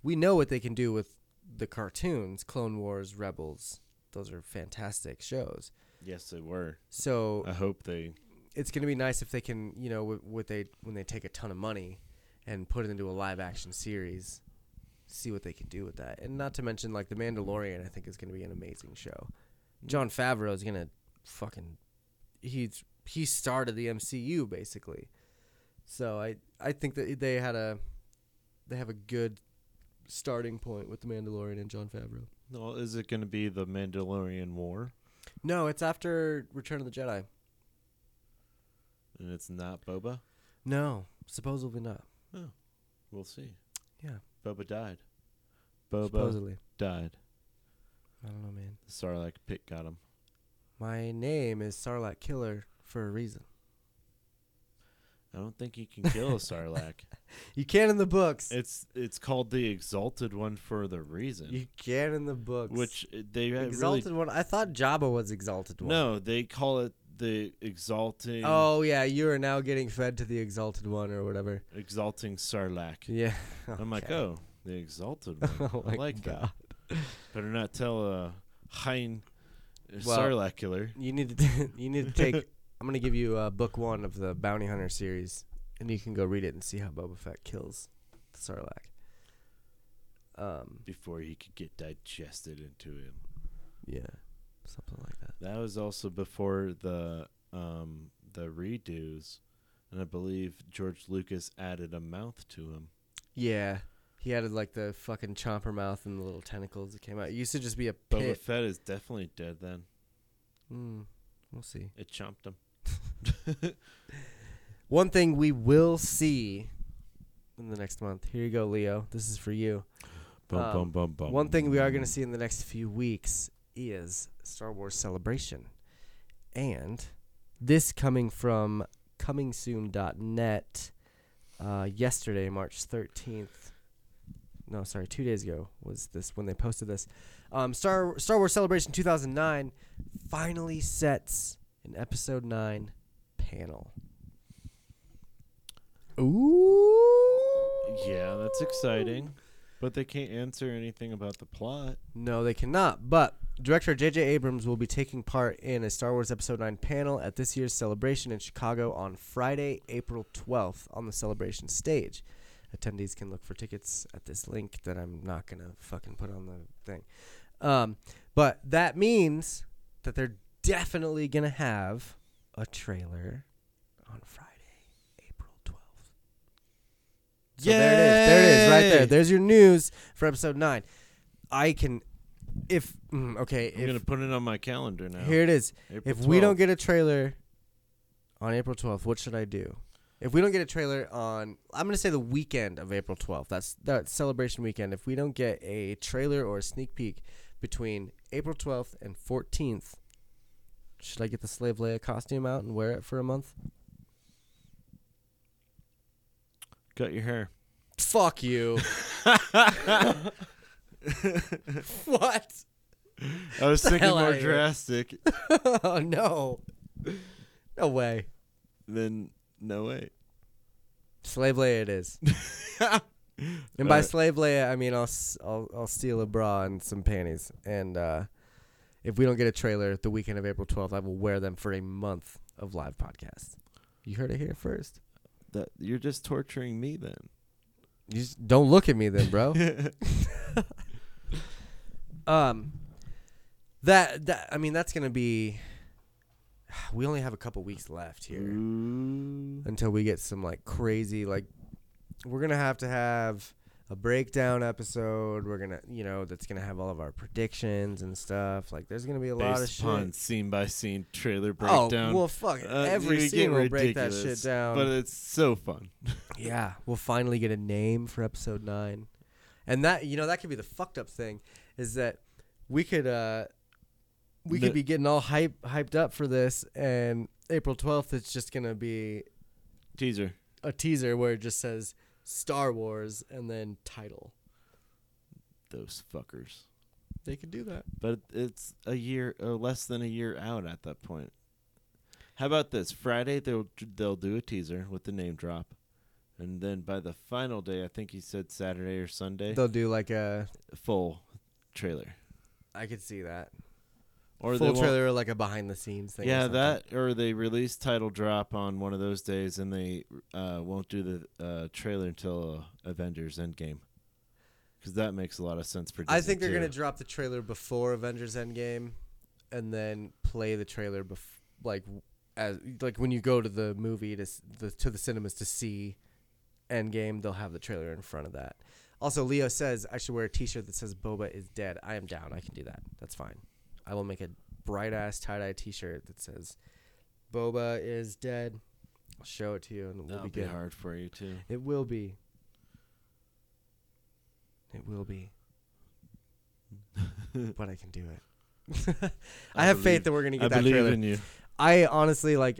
We know what they can do with the cartoons, Clone Wars, Rebels. Those are fantastic shows.
yes, they were.
So
I hope they.
it's going to be nice if they can, you know, with, with they when they take a ton of money and put it into a live action series, see what they can do with that. And not to mention like The Mandalorian, I think is going to be an amazing show. John Favreau is going to fucking he's he started the MCU basically. So I I think that they had a they have a good starting point with The Mandalorian and John Favreau.
Well, is it going to be the Mandalorian War?
No, it's after Return of the Jedi.
And it's not Boba.
No, supposedly not.
We'll see.
Yeah.
Boba died. Boba
Supposedly.
died.
I don't know, man.
The Sarlacc pit got him.
My name is Sarlacc Killer for a reason.
I don't think you can kill
[laughs]
a Sarlacc.
You can in the books.
it's it's called the Exalted One for the reason,
you can in the books.
which uh, they uh,
exalted
really
one? I thought Jabba was exalted one.
no. They call it the exalting
Oh yeah, you are now getting fed to the exalted one or whatever.
exalting Sarlacc.
Yeah. [laughs]
I'm like,
okay.
oh, the
[laughs]
Exalted One.
Oh
I
my
like
God.
that. Better not tell uh, Hein uh,
Well-
Sarlacc killer.
You need to. T- [laughs] you need to take. I'm gonna give you uh, book one of the Bounty Hunter series, and you can go read it and see how Boba Fett kills the Sarlacc. Um.
before he could get digested into him.
Yeah. Something like that.
That was also before the um, the redos, and I believe George Lucas added a mouth to him.
Yeah. He added like the fucking chomper mouth and the little tentacles that came out. It used to just be a
Boba
pit.
Fett is definitely dead. Then
Mm, we'll see.
it chomped him.
One thing we will see in the next month. Here you go, Leo. This is for you.
Bum
Um,
bum bum bum.
One thing we are going to see in the next few weeks is Star Wars Celebration. And this coming from comingsoon.net uh, yesterday, March 13th. No, sorry, two days ago was this when they posted this. Um, Star, Star Wars Celebration 2009 finally sets an Episode 9 panel. Ooh.
Yeah, that's exciting, but they can't answer anything about the plot.
No, they cannot. But director J.J. Abrams will be taking part in a Star Wars Episode 9 panel at this year's celebration in Chicago on Friday, April 12th on the celebration stage. Attendees can look for tickets at this link that I'm not going to fucking put on the thing. Um, but that means that they're definitely gonna have a trailer on Friday, April twelfth. So there it is. There it is. Right there.
Yay!
There's your news for episode nine. I can, if mm, okay,
I'm
if
gonna put it on my calendar now.
here it is.
April
If we don't
12th.
get a trailer on April 12th, what should I do? If we don't get a trailer on, I'm gonna say the weekend of April 12th. That's that celebration weekend. If we don't get a trailer or a sneak peek between April 12th and 14th, should I get the Slave Leia costume out and wear it for a month?
cut
[laughs]
your hair,
Fuck
[laughs]
you. [laughs] what? [laughs]
I was thinking
hell
more
outta here.
drastic
oh no. No way.
than no way.
Slave Leia it is. And by
Alright.
slave Leia, I mean I'll, s- I'll I'll steal a bra and some panties, and uh, if we don't get a trailer the weekend of April twelfth, I will wear them for a month of live podcasts. You heard it here first.
That you're just torturing me then.
You just don't look at me then,
[laughs]
bro. um, that that I mean that's gonna be. We only have a couple weeks left here.
Ooh.
until we get some like crazy like we're gonna have to have a breakdown episode we're gonna you know that's gonna have all of our predictions and stuff like there's gonna be a lot of
Based
shit
upon scene by scene trailer
oh
breakdown.
well fuck
Uh,
every
you
scene
get
will break that shit
ridiculous,
down
But it's so fun.
yeah we'll finally get a name for episode 9 and that you know that could be the fucked up thing is that we could uh we
The-
could be getting all hype hyped up for this and april 12th it's just gonna be
Teaser.
a teaser where it just says Star Wars and then title.
Those fuckers.
They could do that.
But it's a year or less than a year out at that point. How about this? Friday they'll they'll do a teaser with the name drop. And then by the final day, I think he said Saturday or Sunday,
They'll do like a.
full trailer.
I could see that.
Or they
Full
won't-
trailer or like a behind the scenes thing. or
Yeah,
something.
that or they release title drop on one of those days, and they uh, won't do the uh, trailer until uh, Avengers Endgame, because that makes a lot of sense for. Disney
I think they're
too.
gonna drop the trailer before Avengers Endgame, and then play the trailer bef- like as like when you go to the movie to s- the to the cinemas to see Endgame, they'll have the trailer in front of that. Also, Leo says I should wear a T-shirt that says Boba is dead. I am down. I can do that. That's fine. I will make a bright ass tie dye T-shirt that says Boba is dead. I'll show it to you, and we'll
That'll
be,
be
good.
hard for you too.
It will be. It will
[laughs]
be. but I can do
[laughs]
it. I, have
believe-
faith that we're gonna
I
get that
believe
trailer.
in you.
I honestly like.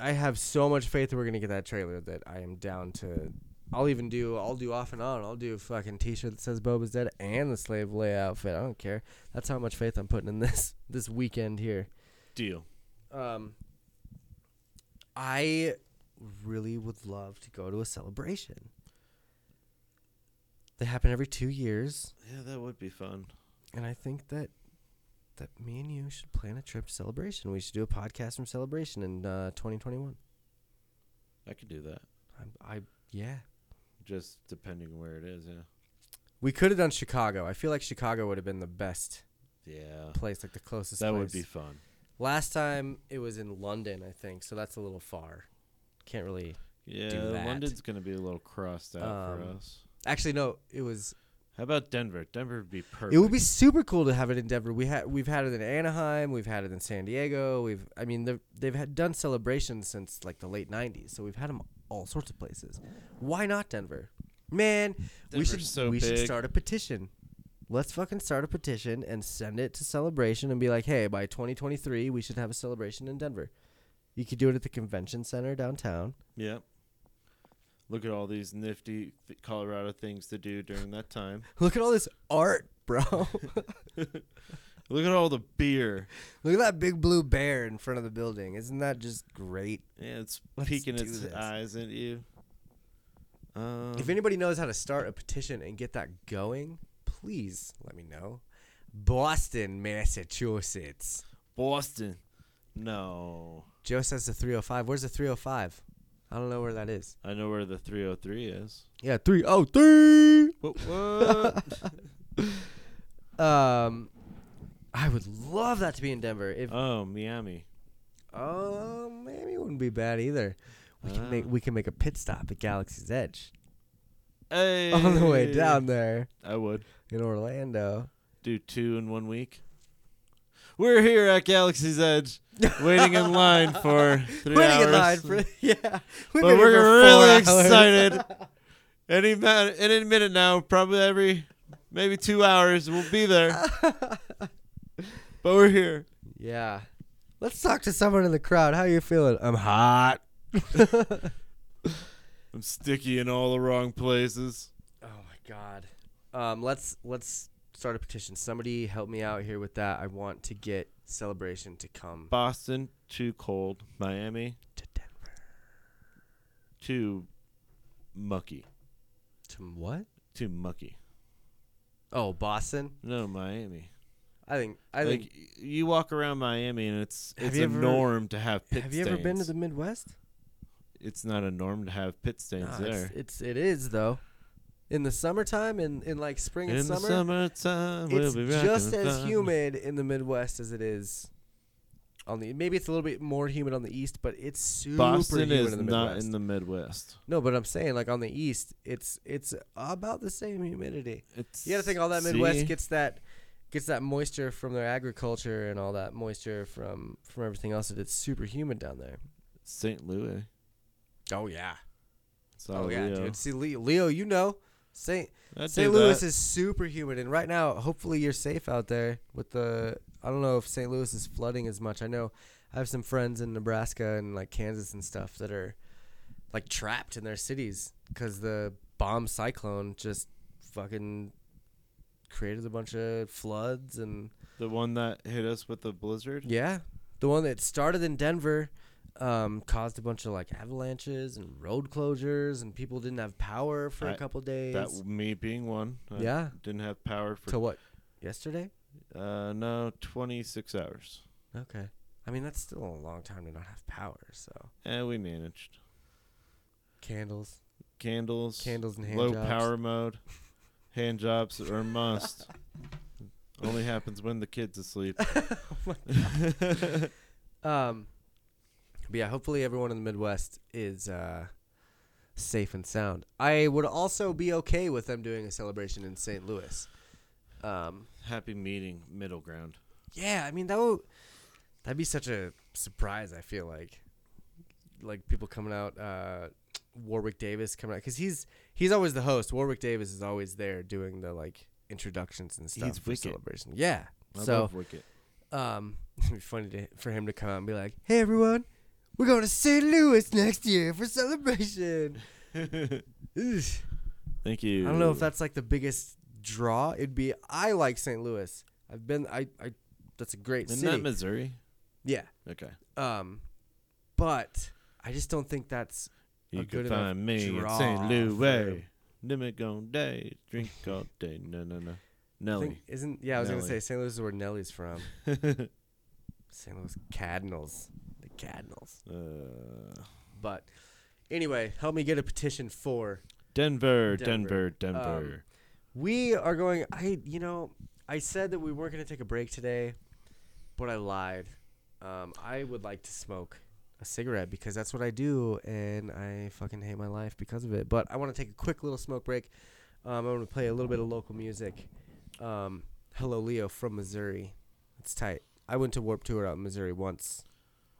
I have so much faith that we're gonna get that trailer that I am down to. I'll even do. I'll do off and on. I'll do a fucking T-shirt that says Boba's dead and the slave lay outfit. I don't care. That's how much faith I'm putting in this this weekend here.
Deal.
Um, I really would love to go to a celebration. They happen every two years,
Yeah, that would be fun.
and I think that that me and you should plan a trip to celebration. We should do a podcast from celebration in uh, 2021.
I could do that.
I, I yeah.
Just depending on where it is. Yeah.
We could have done Chicago. I feel like Chicago would have been the best
Yeah.
place, like the closest.
That
place.
would be fun.
Last time it was in London, I think. So that's a little far. Can't really.
Yeah,
that.
London's gonna be a little crossed out for
Um,
us.
Actually, no. It was
How about Denver? Denver would be perfect.
It would be super cool to have it in Denver. We had we've had it in Anaheim, we've had it in San Diego. We've I mean they've- they've had done celebrations since like the late '90s, so we've had them all sorts of places. Why not Denver? Man, we
Denver's
should
so
we should
big.
start a petition. Let's fucking start a petition and send it to Celebration and be like, hey, by 2023 we should have a celebration in Denver. You could do it at the convention center downtown.
Yep. Look at all these nifty th- Colorado things to do during that time.
Look at all this art, bro. [laughs]
Look at all the beer.
Look at that big blue bear in front of the building. Isn't that just great?
Yeah, it's
Let's
peeking
do
its
this.
eyes at you. Um,
If anybody knows how to start a petition and get that going, please let me know. Boston, Massachusetts.
Boston. No.
Joe says the 305. Where's the 305? I don't know where that is.
I know where the 303 is.
Yeah, 303.
What? what?
Um, I would love that to be in Denver. If
[laughs] Oh, Miami. Uh.
oh, Miami wouldn't be bad either. We can make we can make a pit stop at Galaxy's Edge
Hey.
[laughs] on the way down there
I would
in Orlando.
do two in one week. We're here at Galaxy's Edge, waiting in line for
[laughs]
three
Waiting
hours.
in line for [laughs] yeah. We've
but
been here
we're
for
really
four hours. [laughs]
excited. Any minute, any minute now, probably every maybe two hours, we'll
[laughs]
be there. but we're here.
Yeah. Let's talk to someone in the crowd. How you feeling? I'm hot.
I'm sticky in all the wrong places.
Oh my god. Um, let's let's start a petition. Somebody help me out here with that. I want to get celebration to come
Boston too cold. Miami
to Denver.
too mucky.
To what?
Too mucky.
Oh, Boston.
No, Miami.
I think I
like
think.
y- you walk around Miami and it's
Have
it's
you
a
ever-
norm to have pit
Have you ever been to the
stains.
Midwest?
It's not a norm to have pit stains
Nah,
there.
It's, it's it is though. In the summertime, in in like spring and
in
summer,
the summertime,
it's
we'll be rocking
just
the
as
sun.
humid in the Midwest as it is on the. Maybe it's a little bit more humid on the East, but it's super
Boston
humid
is
in the
not
Midwest.
in the Midwest.
No, but I'm saying like on the east, it's it's about the same humidity.
It's
You got to think all that Midwest
see?
gets that gets that moisture from their agriculture and all that moisture from from everything else. That it's super humid down there.
St. Louis.
Oh yeah.
It's all
Oh yeah,
Leo.
dude. See Leo, Leo, you know Saint
I'd
St.
do
Louis
that.
is super humid, and right now, hopefully, you're safe out there with the. I don't know if St. Louis is flooding as much. I know I have some friends in Nebraska and like Kansas and stuff that are like trapped in their cities because the bomb cyclone just fucking created a bunch of floods and
the one that hit us with the blizzard.
yeah, the one that started in Denver um, caused a bunch of like avalanches and road closures and people didn't have power for a
I-
couple days.
That me being one. I
Yeah.
Didn't have power for
Till what? Yesterday.
uh no, 26 hours.
Okay. I mean, that's still a long time to not have power, so.
And we managed.
Candles.
Candles.
Candles and hand
low
jobs. [laughs]
power mode. Hand jobs are a must. Only happens when the kids asleep.
Um, but yeah, hopefully everyone in the Midwest is uh, safe and sound. I would also be okay with them doing a celebration in St. Louis. Um,
Happy meeting middle ground.
yeah, I mean, that would that'd be such a surprise, I feel like. Like people coming out, uh, Warwick Davis coming out, because he's he's always the host. Warwick Davis is always there doing the like introductions and stuff for
wicked.
celebration. Yeah,
I
so
love Wicket. [laughs]
Um, [laughs] it'd be funny to, for him to come out and be like, "Hey everyone, we're going to St. Louis next year for celebration." Ugh.
Thank you.
I don't know if that's like the biggest draw. It'd be I like St. Louis. I've been I I that's a great
Isn't
city.
that Missouri?
yeah.
Okay.
Um, but I just don't think that's
You
a
can
good enough
find me in
draw
St. Louis.
for-
Limit on day, drink all day. No, no, no.
I
Nelly.
think, isn't yeah. I was gonna
Nelly.
say St. Louis is where Nelly's from. St. Louis Cardinals. The Cardinals.
[laughs] Uh,
But anyway, help me get a petition for
Denver,
Denver.
Denver, Denver.
We are going. I, you know, I said that we weren't going to take a break today, but I lied. Um, I would like to smoke a cigarette because that's what I do, and I fucking hate my life because of it. But I want to take a quick little smoke break. Um, I want to play a little bit of local music. Um, Hello, Leo from Missouri. It's tight. I went to Warp Tour out in Missouri once,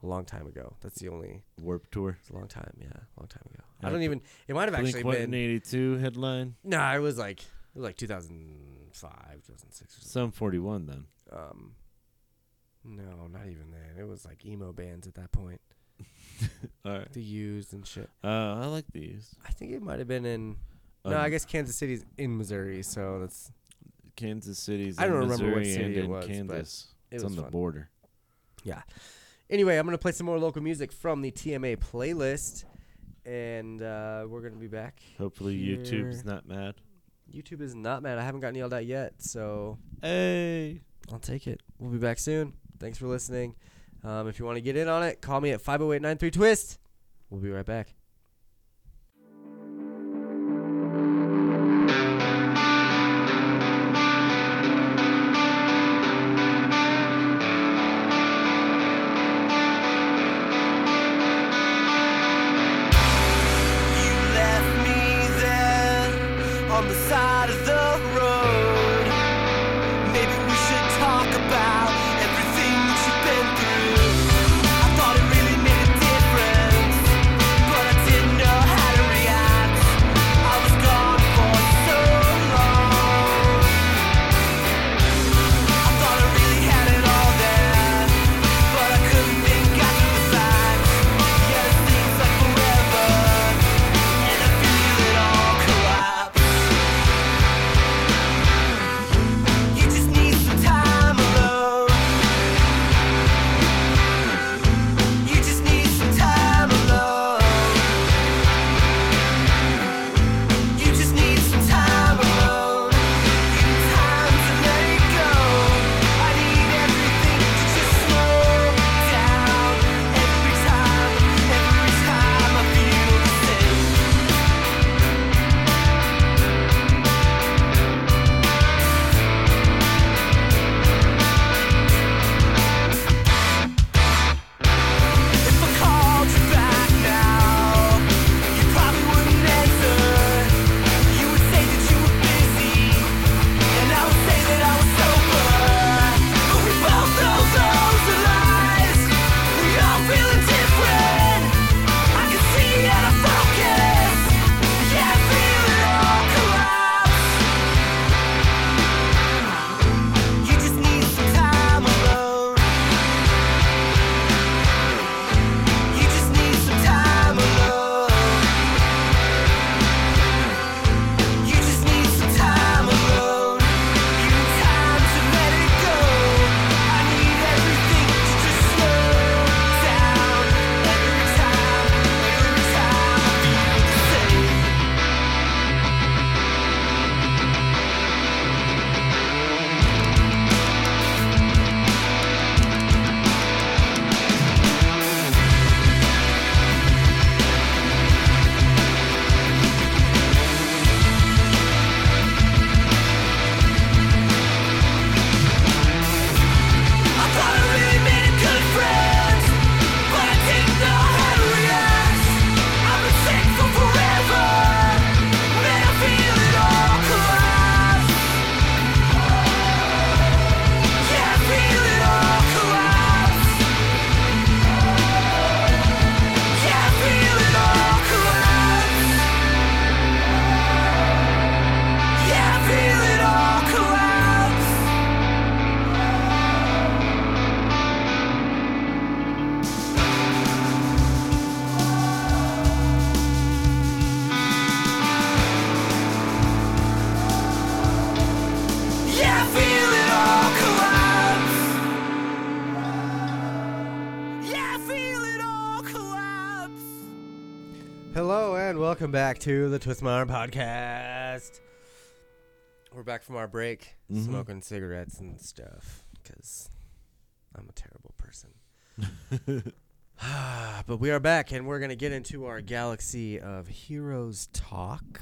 a long time ago. That's the only.
Warp Tour.
It's a long time, yeah, a long time ago. I
Yeah,
don't
Bl-
even. It might have actually
Blink
been.
182 headline.
No, it was like it was like 2005, 2006 or something.
Some 41 then. [laughs]
Um, no, not even then. It was like emo bands at that point,
All right.
the used and shit.
Uh, I like these.
I think it might have been in.
Um,
no, I guess Kansas City's in Missouri, so that's.
Kansas City's.
I
in
don't remember what
Missouri
city
and
it
in
was, but
Kansas.
it
it's
was
on the
fun.
border.
Anyway, I'm gonna play some more local music from the TMA playlist, and uh, we're gonna be back.
Hopefully
here.
YouTube's not mad.
YouTube is not mad. I haven't gotten yelled at yet, so
Hey.
I'll take it. We'll be back soon. Thanks for listening. Um, if you want to get in on it, call me at 50893 Twist. We'll be right back.
on the side of the road. Maybe we should talk about everything that you've been through. I thought it really made a difference, but I didn't know how to react. I was gone for so long. I thought I really had it all there, but I couldn't think after the fact. Yeah, it seems like forever. And I feel it all collapse. You just need some time alone. You just need some time alone. You just need some time alone. Time to let it go. I need everything to just slow down. Every time, every time I feel the same. If I called you back now, you probably wouldn't answer. You would say that you were busy, and I would say that I was sober. But we both know those are lies. We all feeling different. I can see out of focus. Yeah, I feel it all collapse. You just need some time alone. You just need some time alone. You just need some time alone. You need time to let it go. I need everything to just slow down. Every time, every time I feel the same. I thought I really made a good friend, but I didn't know how to react. I've been sick for forever, man. I feel it all collapse. Yeah, I feel it all collapse. Yeah, I feel it all collapse. Yeah, I feel it all collapse. Yeah, I feel it all collapse. Yeah, I feel it all collapse.
Hello and welcome back to the Twist My Arm podcast. We're back from our break,
Mm-hmm.
smoking cigarettes and stuff, because I'm a terrible person.
[laughs]
[sighs] but we are back, and we're gonna get into our Galaxy of Heroes talk.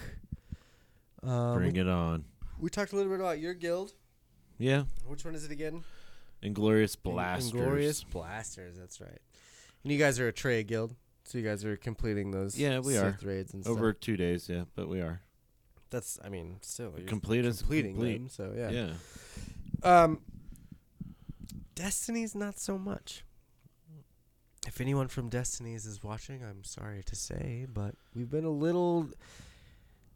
Um,
Bring
we,
it on.
we talked a little bit about your guild.
Yeah.
Which one is it again?
Inglorious
Ing-
Blasters.
Inglorious Blasters. That's right. And you guys are a trade guild, so you guys are completing those.
Yeah, we are.
Sith raids and stuff.
Over two days, yeah, but we are.
That's I mean, still you're
Complete is
completing
complete.
them. So yeah.
Yeah.
Um, Destiny's not so much. If anyone from Destiny's is watching, I'm sorry to say, but we've been a little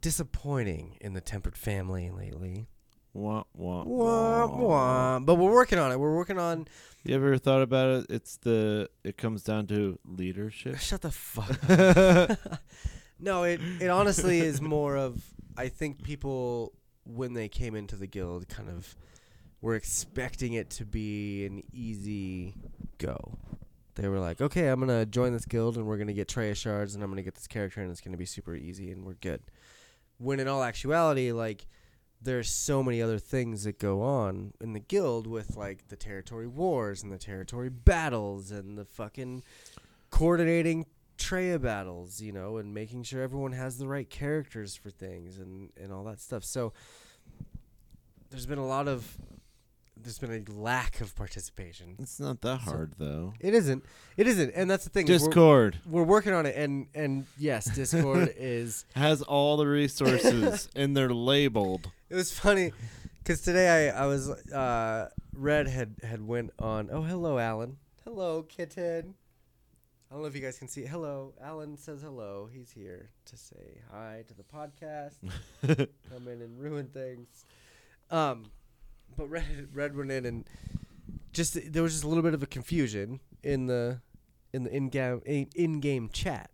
disappointing in the Tempered family lately.
Wah, wah,
Wah, wah. But we're working on it. We're working on.
You ever thought about it? It's the it comes down to leadership.
Shut the fuck. up. no, it it honestly is more of I think people when they came into the guild kind of were expecting it to be an easy go. They were like, okay, I'm gonna join this guild and we're gonna get Treya shards and I'm gonna get this character and it's gonna be super easy and we're good. When in all actuality, like there's so many other things that go on in the guild with like the territory wars and the territory battles and the fucking coordinating Treya battles, you know, and making sure everyone has the right characters for things and and all that stuff. So there's been a lot of there's been a lack of participation.
It's not that hard though.
It isn't. It isn't. And that's the thing. is we're-
Discord
We're, working on it, and and yes, Discord is.
has all
[laughs]
the resources and they're labeled.
It was funny because today I I was uh, Red had had went on. Oh hello Alan. Hello kitten. I don't know if you guys can see. Hello, Alan says hello. He's here to say hi to the podcast. come in and ruin things. Um, but Red Red went in and just there was just a little bit of a confusion in the in the in game in game chat.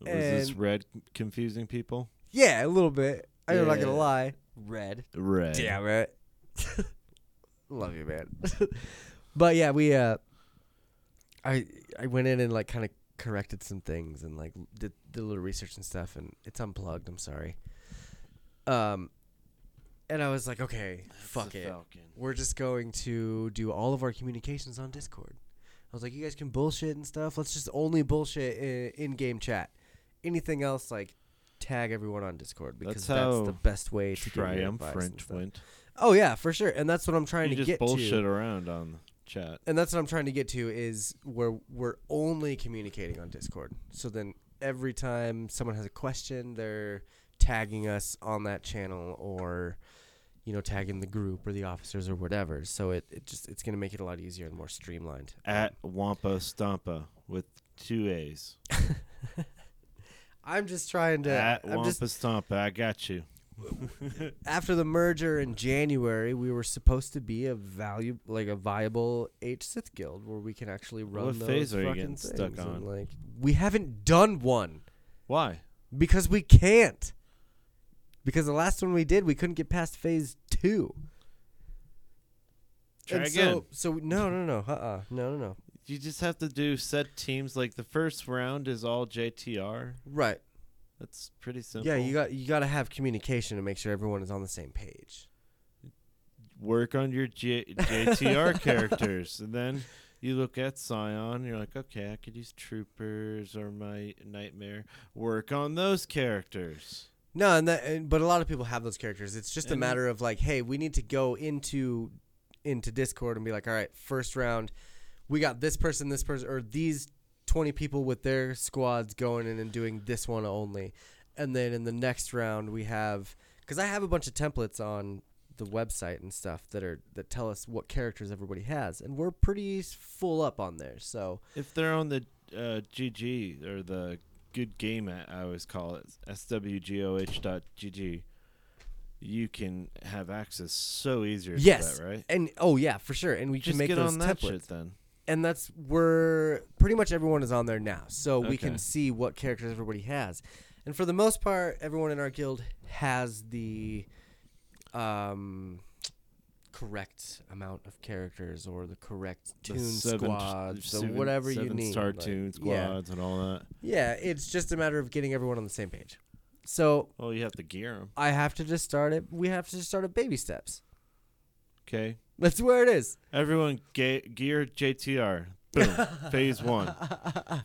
Was this
And-
red confusing people?
Yeah, a little bit. I'm not gonna
Yeah.
lie. Red.
Red.
Damn it. [laughs] Love you, man. [laughs] but yeah, we uh I I went in and like kind of corrected some things and like did, did a little research and stuff and it's unplugged, I'm sorry. Um and I was like, okay, fuck it. We're just going to do all of our communications on Discord. I was like, you guys can bullshit and stuff. Let's just only bullshit in, in game chat. Anything else, like tag everyone on Discord because
That's
that's,
how
the best way to get your advice and
Triumphant
stuff.
went.
Oh yeah, for sure. And that's what I'm trying
You
to
just
get
bullshit
to.
around on chat.
And that's what I'm trying to get to is where we're only communicating on Discord. So then every time someone has a question, they're tagging us on that channel or you know tagging the group or the officers or whatever. So it, it just it's going to make it a lot easier and more streamlined.
At Wampa Stompa with two A's.
I'm just trying to
At
I'm
Wampa
just
Stompa, I got you.
after the merger in January, we were supposed to be a value like a viable H Sith guild where we can actually run
What
those
phase are you
fucking
getting
things.
stuck
and,
on?
like we haven't done one
Why?
because we can't. Because the last one we did, we couldn't get past phase two.
Try
And
again.
So, so no, no, no, uh, uh no, no, no.
you just have to do set teams. Like the first round is all JTR.
Right.
That's pretty simple.
Yeah, you got you got to have communication to make sure everyone is on the same page.
work on your J-
[laughs]
JTR characters, and then you look at Scion. You're like, okay, I could use Troopers or my Nightmare. Work on those characters.
No, and that, and, but a lot of people have those characters. It's just a
And-
matter of like, hey, we need to go into into Discord and be like, all right, first round, we got this person, this person, or these twenty people with their squads going in and doing this one only, and then in the next round we have because I have a bunch of templates on the website and stuff that are that tell us what characters everybody has, and we're pretty s- full up on there. So
If they're on the uh, GG or the Good Game, at, I always call it swgoh.gg. You can have access so easier
yes,
to that, right?
and oh yeah, for sure, and we
Just
can make
get
those
on that
templates.
shit then.
and that's we're pretty much everyone is on there now, so we can
Okay.
see what characters everybody has. And for the most part, everyone in our guild has the um, correct amount of characters or the correct
The
tune
seven-
squads
seven-
or whatever you
seven
need.
Star
like,
tune
Yeah,
squads and all that.
yeah, it's just a matter of getting everyone on the same page. So
Well, you have to gear them.
I have to just start it. We have to just start at baby steps. [laughs]
Okay.
That's where it is.
Everyone ga- gear JTR. Boom. [laughs] Phase one.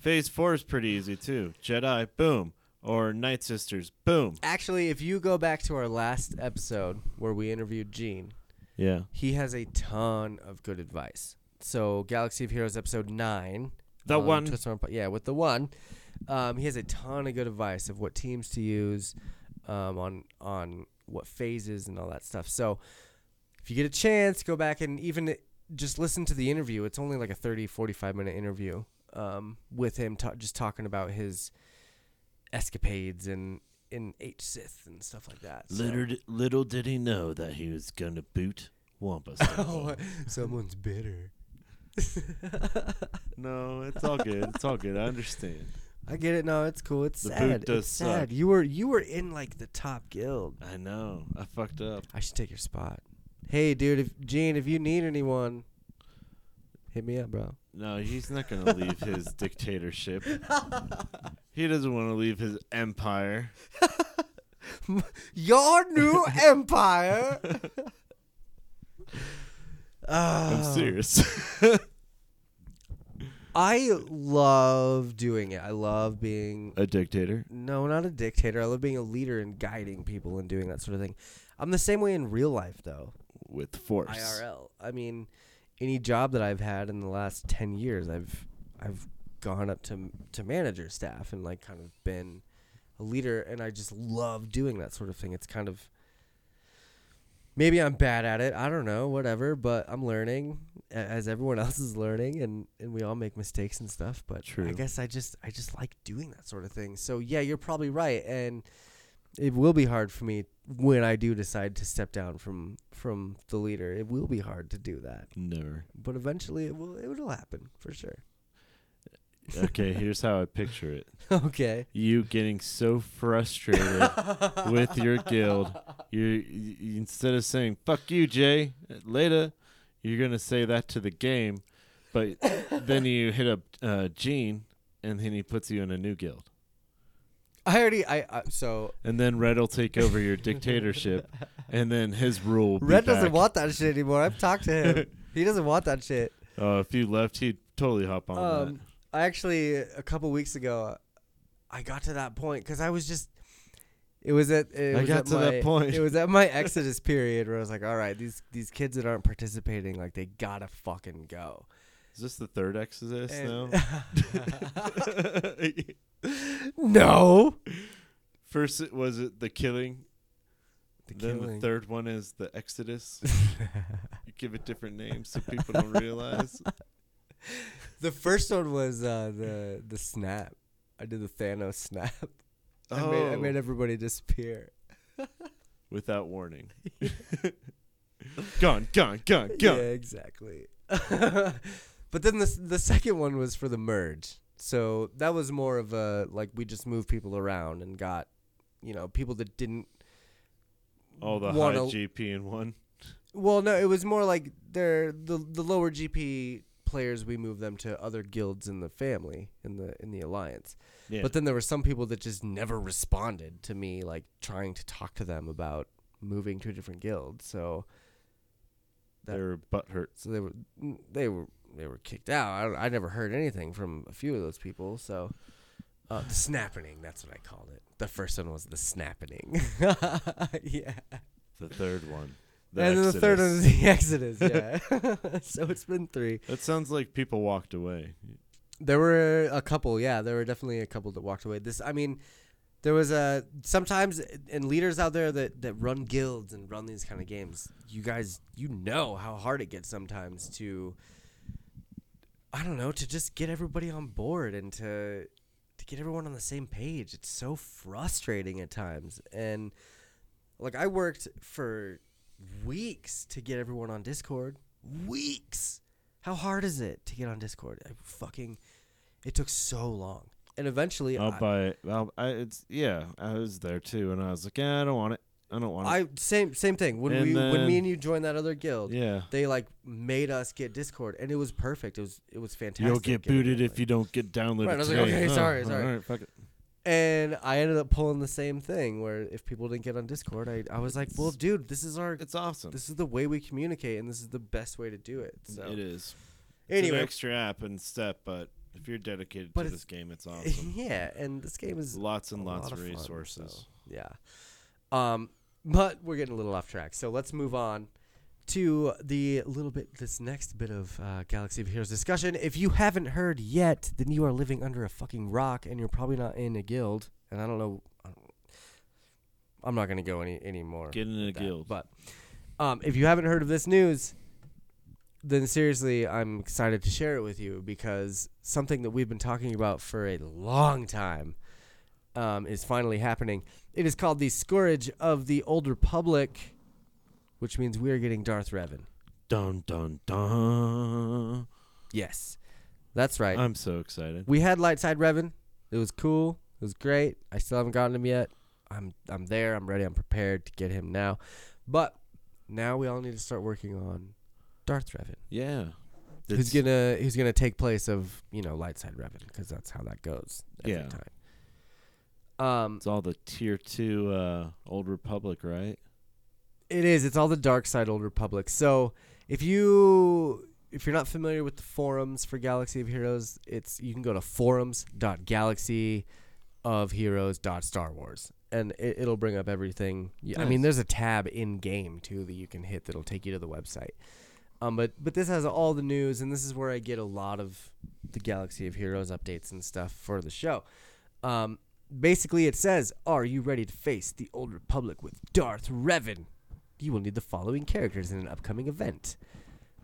Phase four is pretty easy too. Jedi. Boom. Or Night Sisters. Boom.
Actually, if you go back to our last episode where we interviewed Gene,
Yeah.
he has a ton of good advice. So Galaxy of Heroes episode nine,
The
um,
one.
Twist Arm Po- yeah, with the one, um, he has a ton of good advice of what teams to use, um, on on what phases and all that stuff. So if you get a chance, go back and even just listen to the interview. It's only like a 30, 45 minute interview um, with him, ta- just talking about his escapades and in H Sith and stuff like that. So-
Little, d- little did he know that he was gonna boot Wampa. [laughs] Stompa.
[laughs] someone's bitter.
no, it's all good. It's all good. I understand.
I get it. No, it's cool. It's
The boot
sad.
does
it's sad.
suck.
You were you were in like the top guild.
I know. I fucked up.
I should take your spot. Hey, dude, if Gene, if you need anyone, hit me up, bro.
No, he's not gonna leave [laughs] his dictatorship. He doesn't want to leave his empire.
Your [laughs] new empire.
I'm serious.
I love doing it. I love being
A dictator.
no, not a dictator. I love being a leader and guiding people and doing that sort of thing. I'm the same way in real life though.
with force.
IRL. I mean, any job that I've had in the last ten years, I've I've gone up to to manager staff and like kind of been a leader, and I just love doing that sort of thing. It's kind of maybe I'm bad at it. I don't know, whatever. But I'm learning, a- as everyone [laughs] else is learning, and and we all make mistakes and stuff. But I
True.
guess I just I just like doing that sort of thing. So yeah, you're probably right, and it will be hard for me when I do decide to step down from from the leader. It will be hard to do that,
Never.
but eventually it will it will happen for sure.
Okay, here's how I picture it.
okay.
You getting so frustrated with your guild, you, you instead of saying "fuck you, Jay" later, you're gonna say that to the game, but then you hit up uh, Gene, and then he puts you in a new guild,
I already I, I so
and then Red will take over your dictatorship, and then his rule. will be
Red doesn't
back.
want that shit anymore. I've talked to
[laughs]
him. he doesn't want that shit.
Uh, if you left, he'd totally hop on
Um, I actually a couple weeks ago, I got to that point because I was just. It was at. It
I
was
got
at
to
my,
that point.
It was at my exodus period where I was like, "All right, these these kids that aren't participating, like they gotta fucking go."
that. Is this the third Exodus now?
And- [laughs]
[laughs]
no.
First, it was it the killing.
The
then
killing.
the third one is the
[laughs]
Exodus. you give it different names so people don't realize.
[laughs] The first one was uh, the the snap. I did the Thanos snap. I, made, I
Oh.
made everybody
[laughs]
disappear. [laughs]
Without warning. gone, gone, gone, gone.
Yeah, exactly. [laughs] but then the s- the second one was for the merge. So that was more of a like we just moved people around and got, you know, people that didn't.
All the
One
high
al-
GP in one.
Well, no, it was more like they're the the lower GP players. We moved them to other guilds in the family in the in the alliance.
Yeah.
But then there were some people that just never responded to me, like trying to talk to them about moving to a different guild. So, that-
their butt hurts.
so they were they were they were kicked out. I, don't- I never heard anything from a few of those people. So, uh, the snapping that's what I called it. The first one was the snapping. [laughs] yeah.
The third one.
and then the third one was
Exodus.
the Exodus. Yeah. [laughs] so it's been three.
That sounds like people walked away.
There were a couple, yeah. There were definitely a couple that walked away. This, I mean, there was a sometimes and leaders out there that that run guilds and run these kind of games. You guys, you know how hard it gets sometimes to, I don't know, to just get everybody on board and to to get everyone on the same page. It's so frustrating at times. And like I worked for weeks to get everyone on Discord. Weeks. How hard is it to get on Discord? I fucking it took so long. And eventually
I'll
I,
buy it. I'll, I, it's, yeah, I was there too, and I was like, eh, I don't want it. I don't want it.
I same same thing. When
And
we when
then-
me and you joined that other guild,
yeah.
they like made us get Discord and it was perfect. It was it was fantastic.
You'll get
getting
booted
it,
if
like-
you don't get downloaded.
Right, I was like,
today.
okay,
Huh, [laughs]
sorry,
huh,
sorry.
Oh, all right, fuck it.
And I ended up pulling the same thing where if people didn't get on Discord, I, I was like, Well dude, this is our
It's awesome.
this is the way we communicate and this is the best way to do it. So
It is.
anyway,
it's an extra app and step, but if you're dedicated
But
to
it's-
this
[laughs]
game, it's awesome.
[laughs] yeah, and this game is
lots and
a
lots
lot
of
fun,
resources.
so, yeah. Um, but we're getting a little off track, so let's move on to the little bit this next bit of uh, Galaxy of Heroes discussion. If you haven't heard yet, then you are living under a fucking rock, and you're probably not in a guild. And I don't know. I don't- I'm not gonna go any anymore.
Get in a
that.
guild.
But um, if you haven't heard of this news, then seriously, I'm excited to share it with you because something that we've been talking about for a long time um, is finally happening. It is called the Scourge of the Old Republic, which means we are getting Darth Revan.
dun dun dun.
Yes, that's right.
I'm so excited.
we had Lightside Revan. It was cool. It was great. I still haven't gotten him yet. I'm I'm there. I'm ready. I'm prepared to get him now. But now we all need to start working on Darth Revan.
Yeah.
who's
It's-
gonna who's gonna take place of you know Lightside Revan because that's how that goes every
Yeah.
time. Um,
It's all the tier two uh, old republic, right?
it is. It's all the dark side Old Republic. So if you if you're not familiar with the forums for Galaxy of Heroes, it's you can go to forums.galaxyofheroes.starwars and it, it'll bring up everything. Y- I mean, there's a tab in game too that you can hit that'll take you to the website. Um, but but this has all the news, and this is where I get a lot of the Galaxy of Heroes updates and stuff for the show. Um, basically, it says, "Are you ready to face the Old Republic with Darth Revan? You will need the following characters in an upcoming event: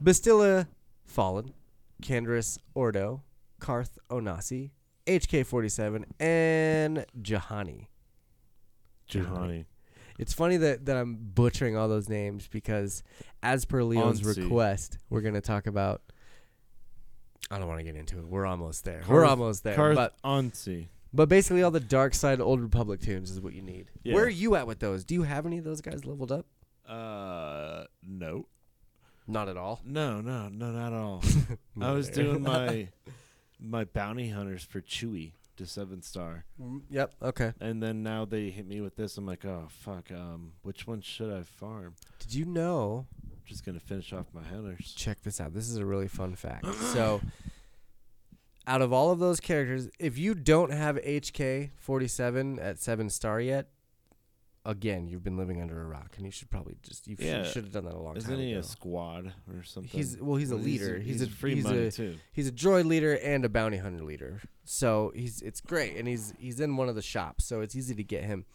Bastilla Fallen, Candorus Ordo, Karth Onasi, HK47, and Jahani."
Juhani.
It's funny that, that I'm butchering all those names because, as per Leon's
Onsi.
request, we're going to talk about. I don't want to get into it. We're almost there. we're almost there.
Karth
But
Onsi.
but basically, all the Dark Side Old Republic tunes is what you need.
Yeah.
Where are you at with those? Do you have any of those guys leveled up?
Uh, no.
Not at all.
No, no, no, not at all. I was doing my my bounty hunters for Chewy to seven star,
[laughs] Yep. Okay.
and then now they hit me with this. I'm like, oh fuck. Um, which one should I farm?
Did you know?
I'm just gonna finish off my hunters.
Check this out. This is a really fun
[gasps]
fact. so, out of all of those characters, if you don't have HK 47 at 7 star yet, again, you've been living under a rock and you should probably just you
Yeah.
should have done that a long
Isn't
time
he
ago.
a squad or something?
He's well. He's a
Well,
leader. He's, a
free
he's
money
a,
too.
He's a droid leader and a bounty hunter leader. So he's it's great, and he's he's in one of the shops, so it's easy to get him.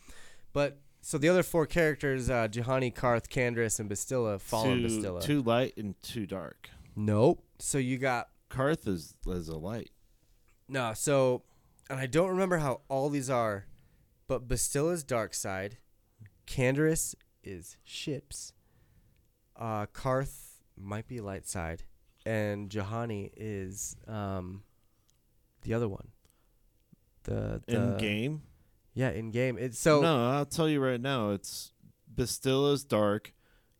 But so the other four characters, uh, Jahani, Karth, Candrus, and Bastilla, fallen
too,
Bastilla.
too light and too dark.
Nope. So you got
Karth is is a light.
No, so and I don't remember how all these are, but Bastilla's dark side, Candorus is ships, uh Karth might be light side, and Jahani is um the other one. The, the
In game,
Yeah, in game. It's so
no, I'll tell you right now. It's Bastilla's dark,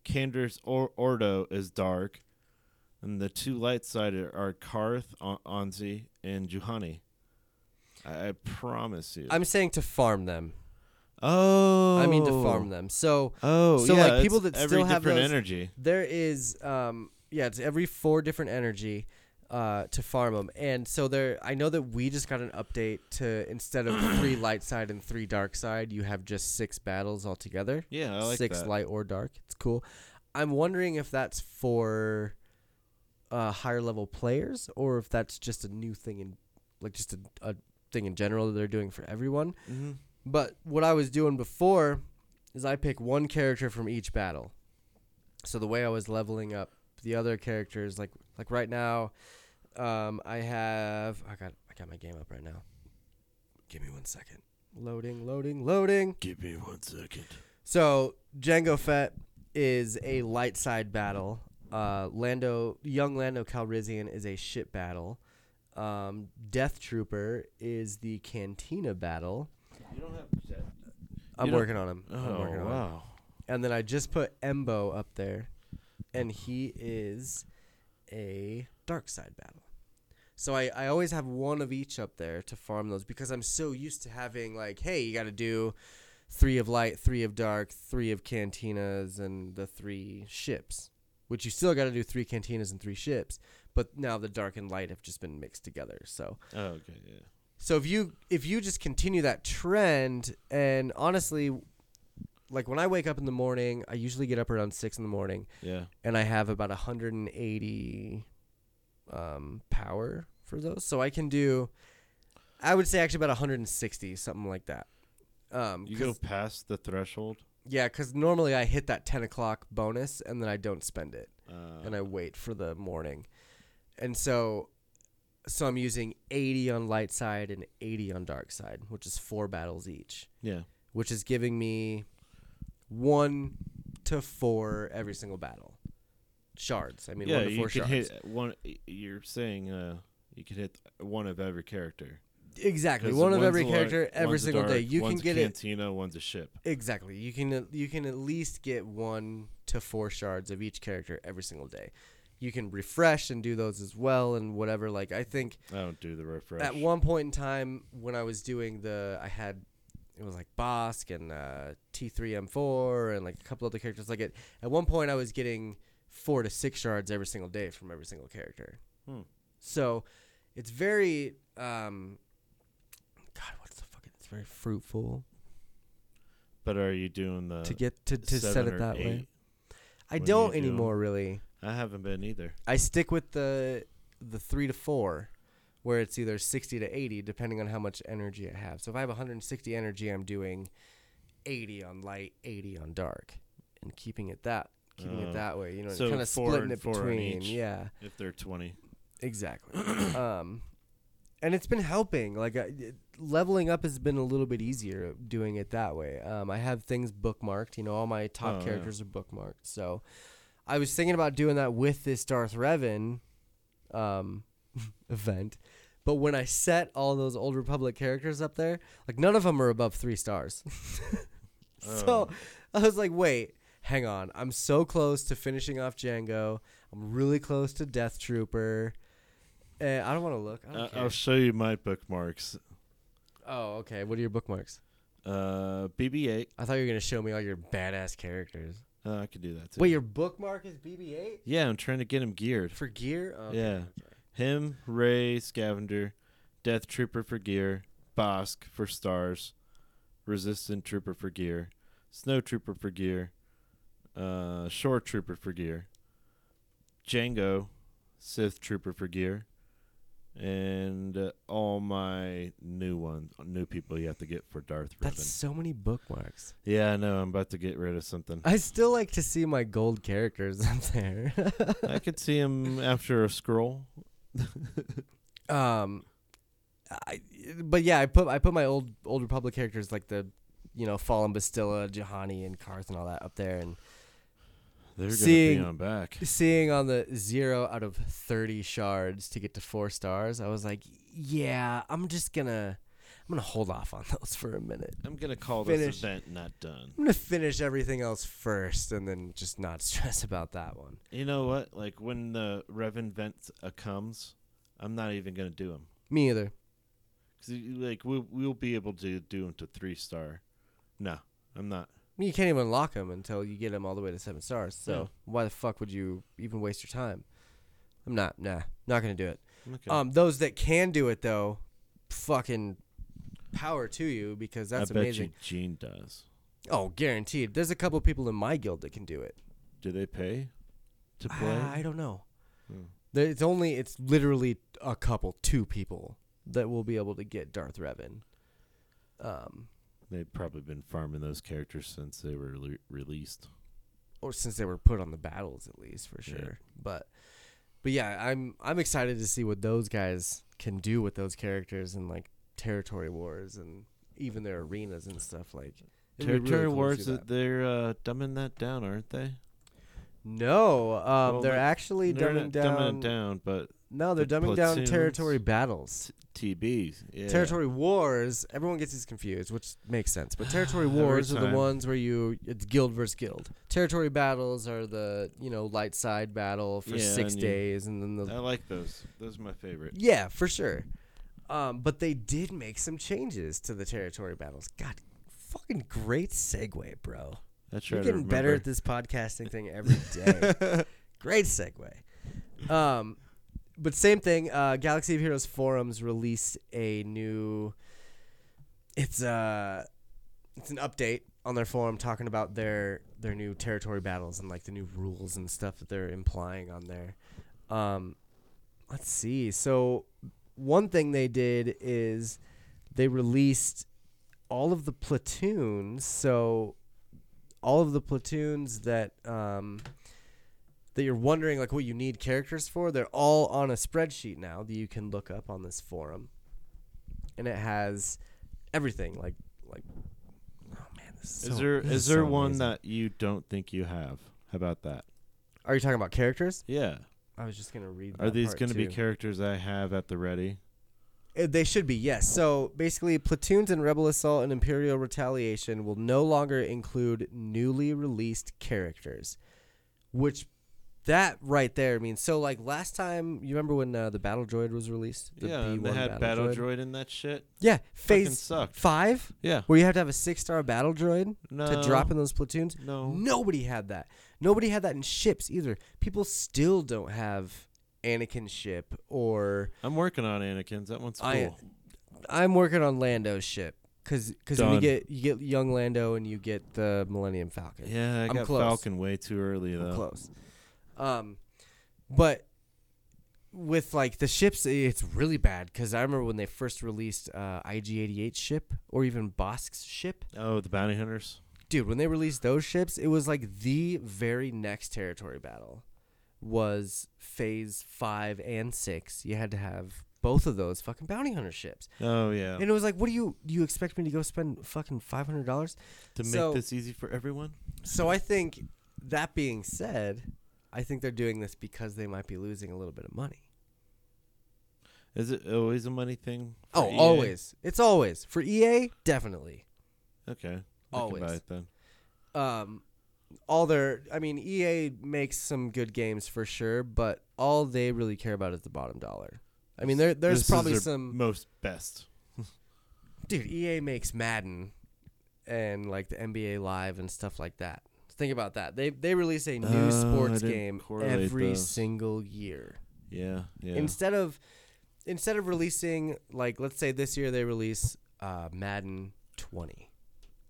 Candor's or- Ordo is dark, and the two light sided are Karth, On- Onzi, and Juhani. I, I promise you.
I'm saying to farm them.
oh,
I mean to farm them. So
Oh,
So,
yeah,
like, people
it's
that
every
still have
different
those-
energy.
there is um yeah it's every four different energy uh to farm them and so there i know that we just got an update to instead of
[clears throat]
three light side and three dark side you have just six battles altogether
Yeah, I like
six
that.
light or dark it's cool i'm wondering if that's for uh higher level players or if that's just a new thing in like just a, a thing in general that they're doing for everyone but what I was doing before is I pick one character from each battle. So the way I was leveling up the other characters, like like right now, um, I have I got I got my game up right now. Give me one second. Loading, loading, loading.
Give me one second.
So Django Fett is a light side battle. Uh, Lando, young Lando Calrissian is a ship battle. Um, Death Trooper is the Cantina battle.
You don't have
I'm
You don't-
working on him. I'm
Oh,
working on him.
wow.
And then I just put Embo up there, and he is a dark side battle. So I, I always have one of each up there to farm those because I'm so used to having like, hey, you got to do three of light, three of dark, three of cantinas, and the three ships. Which you still got to do three cantinas and three ships, but now the dark and light have just been mixed together. So
Oh, okay, yeah.
so if you if you just continue that trend, and honestly, like when I wake up in the morning, I usually get up around six in the morning,
Yeah.
and I have about 180 um, power for those. So I can do, I would say actually about 160, something like that. Um,
You
'cause-
go past the threshold.
yeah, because normally I hit that 10 o'clock bonus, and then I don't spend it
Uh,
and I wait for the morning. And so so I'm using 80 on light side and 80 on dark side, which is four battles each,
yeah.
which is giving me 1 to 4 every single battle. Shards. I mean, 1 to 4
you can
shards.
hit one. You're saying uh, you can hit one of every character.
exactly.
'Cause
One of
one's
every
a light,
character every
one's a
single day.
dark,
You can
one's
get
a
it
cantina, one's a ship.
Exactly. You can you can at least get one to four shards of each character every single day. You can refresh and do those as well and whatever. Like I think
I don't do the refresh.
at one point in time when I was doing the, I had it was like Bosk and uh, T3M4 and like a couple other characters like it. At one point, I was getting four to six yards every single day from every single character.
Hmm.
So it's very um, God, what's the fucking? It's very fruitful
But are you doing the
to get to, to set
Uh, seven
it
or
that way.
eight?
I
What do you
don't
do?
anymore really.
I haven't been either.
I stick with the the three to four, where it's either sixty to eighty, depending on how much energy I have. So if I have one hundred and sixty energy, I'm doing eighty on light, eighty on dark, and keeping it that keeping
Oh.
it that way. You know,
So
kind of
four
splitting
and
it
four on
between.
each.
Yeah,
If they're twenty, [clears throat]
exactly. um, and it's been helping. Like I, it- leveling up has been a little bit easier doing it that way. Um, I have things bookmarked. You know, all my top
Oh, yeah.
characters are bookmarked. So I was thinking about doing that with this Darth Revan um, [laughs] event. But when I set all those old Republic characters up there, like none of them are above three stars. [laughs]
Oh.
so I was like, wait, hang on. I'm so close to finishing off Django. I'm really close to Death Trooper. Eh, I don't want to look. I don't
uh,
care.
I'll show you my bookmarks.
Oh, okay. What are your bookmarks?
Uh, BB-8.
I thought you were gonna show me all your badass characters.
Uh, I could do that too.
Wait, your bookmark is BB-8
yeah, I'm trying to get him geared.
for gear? Oh, Okay.
Yeah. Him, Ray, Scavenger, Death Trooper for gear, Bosk for stars, Resistant Trooper for gear, Snow Trooper for gear, uh, Shore Trooper for gear, Django, Sith Trooper for gear, and uh, all my new ones, new people you have to get for Darth Revan.
That's so many bookmarks.
yeah, I know. I'm about to get rid
[laughs]
of something.
I still like to see my gold characters [laughs] up there.
I could see him after a scroll.
[laughs] um, I, but yeah, I put I put my old old Republic characters like the, you know, Fallen Bastilla, Jahani, and Karth and all that up there, and
They're going to be
Seeing-
on back.
seeing on the zero out of 30 shards to get to four stars i was like yeah i'm just gonna i'm gonna hold off on [laughs] those for a minute
I'm gonna call
Finish.
this event not done.
i'm gonna finish everything else first and then just not [laughs] stress about that one
You know what? Like when the Revan vent uh, comes, I'm not even gonna do them
me either
because like we'll we'll be able to do them to three star. No, I'm not.
I mean, you can't even unlock them until you get them all the way to seven stars so
Yeah.
why the fuck would you even waste your time i'm not nah not gonna do it
Okay.
um those that can do it though fucking power to you because that's
I bet
amazing
you Gene does.
oh guaranteed there's a couple people in my guild that can do it
Do they pay to play?
Uh, I don't know.
Hmm.
There- It's only it's literally a couple, two people that will be able to get Darth Revan. Um,
They've probably been farming those characters since they were le- released.
or since they were put on the battles at least for
Yeah.
sure. But but yeah, I'm I'm excited to see what those guys can do with those characters and like territory wars and even their arenas and stuff like it'd be really
Territory
cool to
Wars,
see
uh,
that.
they're uh, dumbing that down, aren't they?
No, um,
Well,
they're
they're-
actually
They're
dumbing
not
down,
dumbing it down, but
No, they're
the
dumbing down
platoons.
territory battles.
TBs. Yeah.
Territory wars, everyone gets these confused, which makes sense. But territory
[sighs] Every
wars are the
time.
ones where you it's guild versus guild. Territory battles are the you know light side battle for
Yeah,
six
and you-
days, and then the
I like those. Those are my favorite.
yeah for sure. Um, but they did make some changes to the territory battles. God, fucking great segue, bro.
That's
You're getting better at this podcasting thing every day. Great segue. Um, but same thing. Uh, Galaxy of Heroes forums released a new. It's uh, it's an update on their forum talking about their their new territory battles and like the new rules and stuff that they're implying on there. Um, let's see. So one thing they did is they released all of the platoons. So all of the platoons that um, that you're wondering like what you need characters for, they're all on a spreadsheet now that you can look up on this forum, and it has everything like like. Oh man, this is,
Is
so-
there
this
is
so
there one
amazing.
that you don't think you have? How about that?
Are you talking about characters?
Yeah.
I was just gonna read.
Are
that
these
part,
going to be
too.
characters I have at the ready?
Uh, They should be, yes. So basically, platoons in Rebel Assault and Imperial Retaliation will no longer include newly released characters, which That right there means so. Like last time, you remember when uh, the Battle Droid was released? The
yeah, and they
B1
had Battle Droid. in that shit.
Yeah, phase
sucked.
five,
Yeah.
where you have to have a six-star Battle Droid to drop
No.
in those platoons.
No.
nobody had that. Nobody had that in ships either. People still don't have Anakin's ship or
I'm working on Anakin's. That one's cool.
I- I'm working on Lando's ship because when you
Done.
get you get young Lando and you get the Millennium Falcon.
yeah, I
I'm
got
close.
Falcon way too early though.
close. Um, but with like the ships, i- it's really bad because I remember when they first released uh, IG-88 ship or even Bosk's ship.
Oh, the bounty hunters.
Dude, when they released those ships, it was like the very next territory battle was Phase Five and Six. You had to have both of those fucking bounty hunter ships,
Oh yeah.
and it was like, what do you do? You expect me to go spend fucking five hundred dollars?
to make
so-
this easy for everyone.
So I think that being said, I think they're doing this because they might be losing a little bit of money.
Is it always a money thing? for
Oh,
EA?
always. It's always for EA, definitely.
Okay. I can
Always.
buy it then.
Um, all their, I mean, EA makes some good games for sure, but all they really care about is the bottom dollar. I mean, there, there's
This is
probably
their
some
most best.
dude. EA makes Madden and like the NBA Live and stuff like that. Think about that. They they release a new
Oh, I
sports
didn't
game
correlate
every
those.
single year.
Yeah, yeah.
instead of instead of releasing like let's say this year they release uh, Madden 20,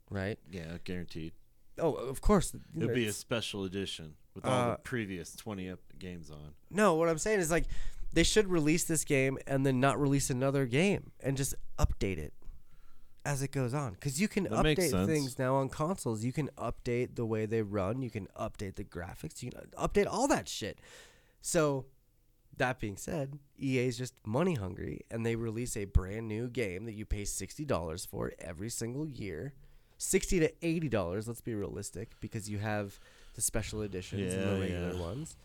right?
yeah, guaranteed.
Oh, of course.
It would be a
it's-
special edition with all
Uh,
the previous 20 up games on.
no. What I'm saying is like they should release this game and then not release another game and just update it as it goes on because you can
That makes
update
sense.
things now on consoles. You can update the way they run. You can update the graphics. You can update all that shit. So That being said, EA is just money hungry and they release a brand new game that you pay $60 for every single year. 60 to $80, let's be realistic, because you have the special editions and the
Yeah,
regular
yeah.
ones.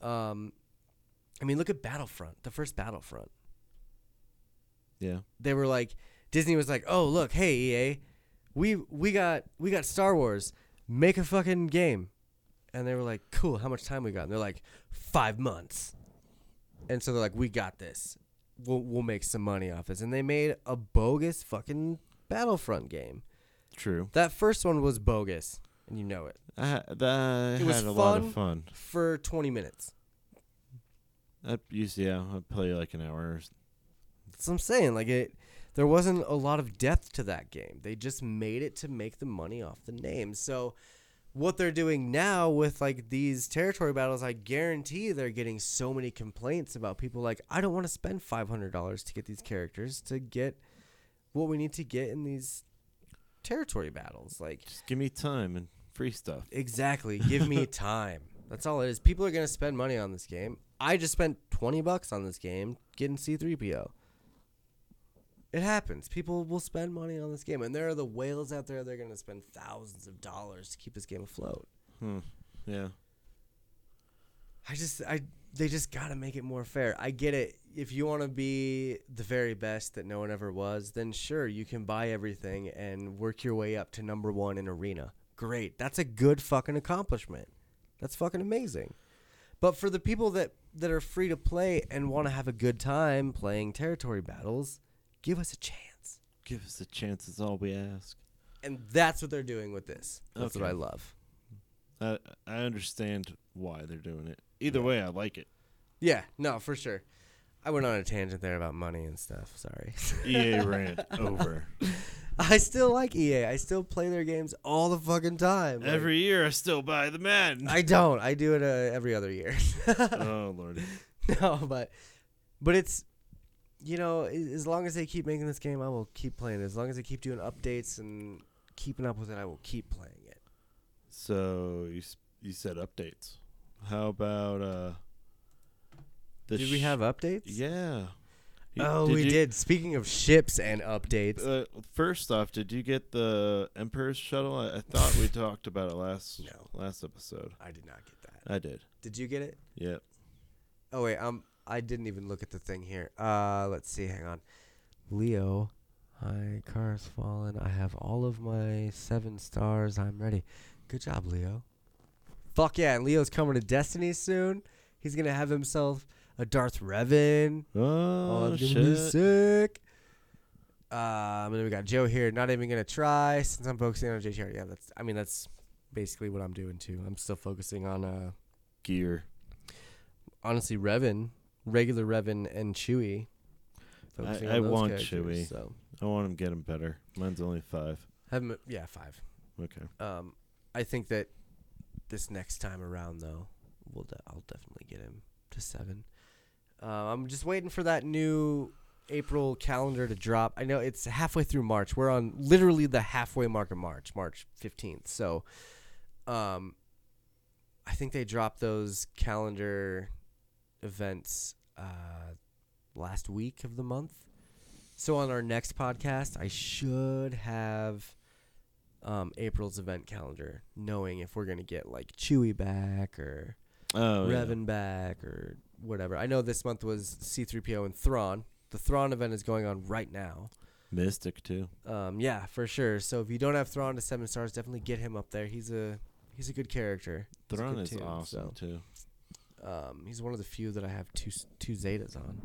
Um I mean, look at Battlefront, the first Battlefront.
Yeah.
They were like Disney was like, "Oh, look, hey EA, we we got we got Star Wars. Make a fucking game." And they were like, "Cool, how much time we got?" And they're like, five months." And so they're like, "We got this. We'll we'll make some money off this." And they made a bogus fucking Battlefront game.
True.
That first one was bogus, and you know it.
I, ha- that
It was
had a lot
fun.
of fun.
For 20 minutes.
I used yeah, I play like an hour. or s-
That's what I'm saying. Like it there wasn't a lot of depth to that game. They just made it to make the money off the name. So what they're doing now with like these territory battles, I guarantee they're getting so many complaints about people like, I don't want to spend five hundred dollars to get these characters to get what we need to get in these territory battles. Like
Just give me time and free stuff.
Exactly. Give me time. That's all it is. People are gonna spend money on this game. I just spent twenty bucks on this game getting C three PO. It happens. People will spend money on this game, and there are the whales out there. They're gonna spend thousands of dollars to keep this game afloat.
Yeah.
I just, I, they just gotta make it more fair. I get it. If you want to be the very best that no one ever was, then sure, you can buy everything and work your way up to number one in arena. Great, that's a good fucking accomplishment. That's fucking amazing. But for the people that that are free to play and want to have a good time playing territory battles, give us a chance.
Give us a chance. It's all we ask.
And that's what they're doing with this. That's what
Okay.
I love.
I I understand why they're doing it. Either way, I like it.
Yeah, no, for sure. I went on a tangent there about money and stuff. Sorry. [laughs]
EA E rant over.
I still like EA. I still play their games all the fucking time. Like,
Every year, I still buy the
[laughs]
Madden.
I don't. I do it uh, every other year.
[laughs]
[laughs] Uh.
oh lordy.
no, but but it's you know a- as long as they keep making this game, I will keep playing. it. As long as they keep doing updates and keeping up with it, I will keep playing it.
So you s- you said updates. How about uh? The
Did we
sh-
have updates?
Yeah. You-
Oh, we
you-
did. Speaking of ships and updates,
Uh, first off, did you get the Emperor's shuttle? I, I thought we talked about it last
No.
last episode.
I did not get that.
I did.
Did you get it?
Yep.
Oh wait, um, I didn't even look at the thing here. Uh, let's see. Hang on. Leo, hi. Car's fallen. I have all of my seven stars. I'm ready. Good job, Leo. Fuck yeah, and Leo's coming to Destiny soon. He's gonna have himself a Darth Revan.
Oh,
it's gonna be
shit.
sick. Um, and then we got Joe here. Not even gonna try since I'm focusing on JTR. Yeah, that's. I mean, that's basically what I'm doing too. I'm still focusing on uh,
Gear.
honestly, Revan, regular Revan, and Chewie. Focusing
I
on those
want
characters,
Chewie.
So
I want him getting better. Mine's only five.
have him, yeah, five.
Okay.
Um, I think that this next time around, though, we'll de- I'll definitely get him to seven. Uh, I'm just waiting for that new April calendar to drop. I know it's halfway through March. We're on literally the halfway mark of March, March 15th. So, um, I think they dropped those calendar events uh, last week of the month. So on our next podcast, I should have um, April's event calendar, knowing if we're gonna get like Chewy back or
Oh, yeah.
Revan back or whatever. I know this month was C3PO and Thrawn. The Thrawn event is going on right now.
Mystic too.
Um, yeah, for sure. So if you don't have Thrawn to seven stars, definitely get him up there. He's a he's a good character. He's a
Thrawn
good
is
tune,
awesome
so,
too.
um, he's one of the few that I have two s- two Zetas on.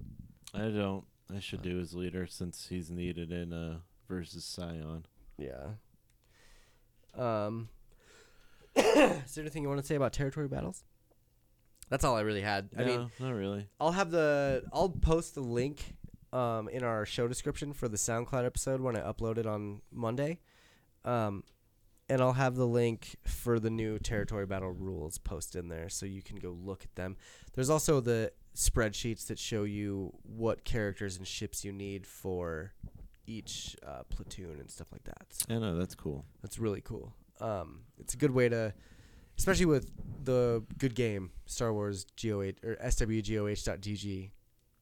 I don't. I should do his leader since he's needed in uh versus Scion.
Yeah. Um, [coughs] is there anything you want to say about territory battles? That's all I really had.
No,
I mean,
not really.
I'll have the I'll post the link um, in our show description for the SoundCloud episode when I upload it on Monday, um, and I'll have the link for the new territory battle rules post in there so you can go look at them. There's also the spreadsheets that show you what characters and ships you need for each uh, platoon and stuff like that. So
I know that's cool.
that's really cool. Um, it's a good way to, especially with the good game Star Wars GOH or SWGOH.GG.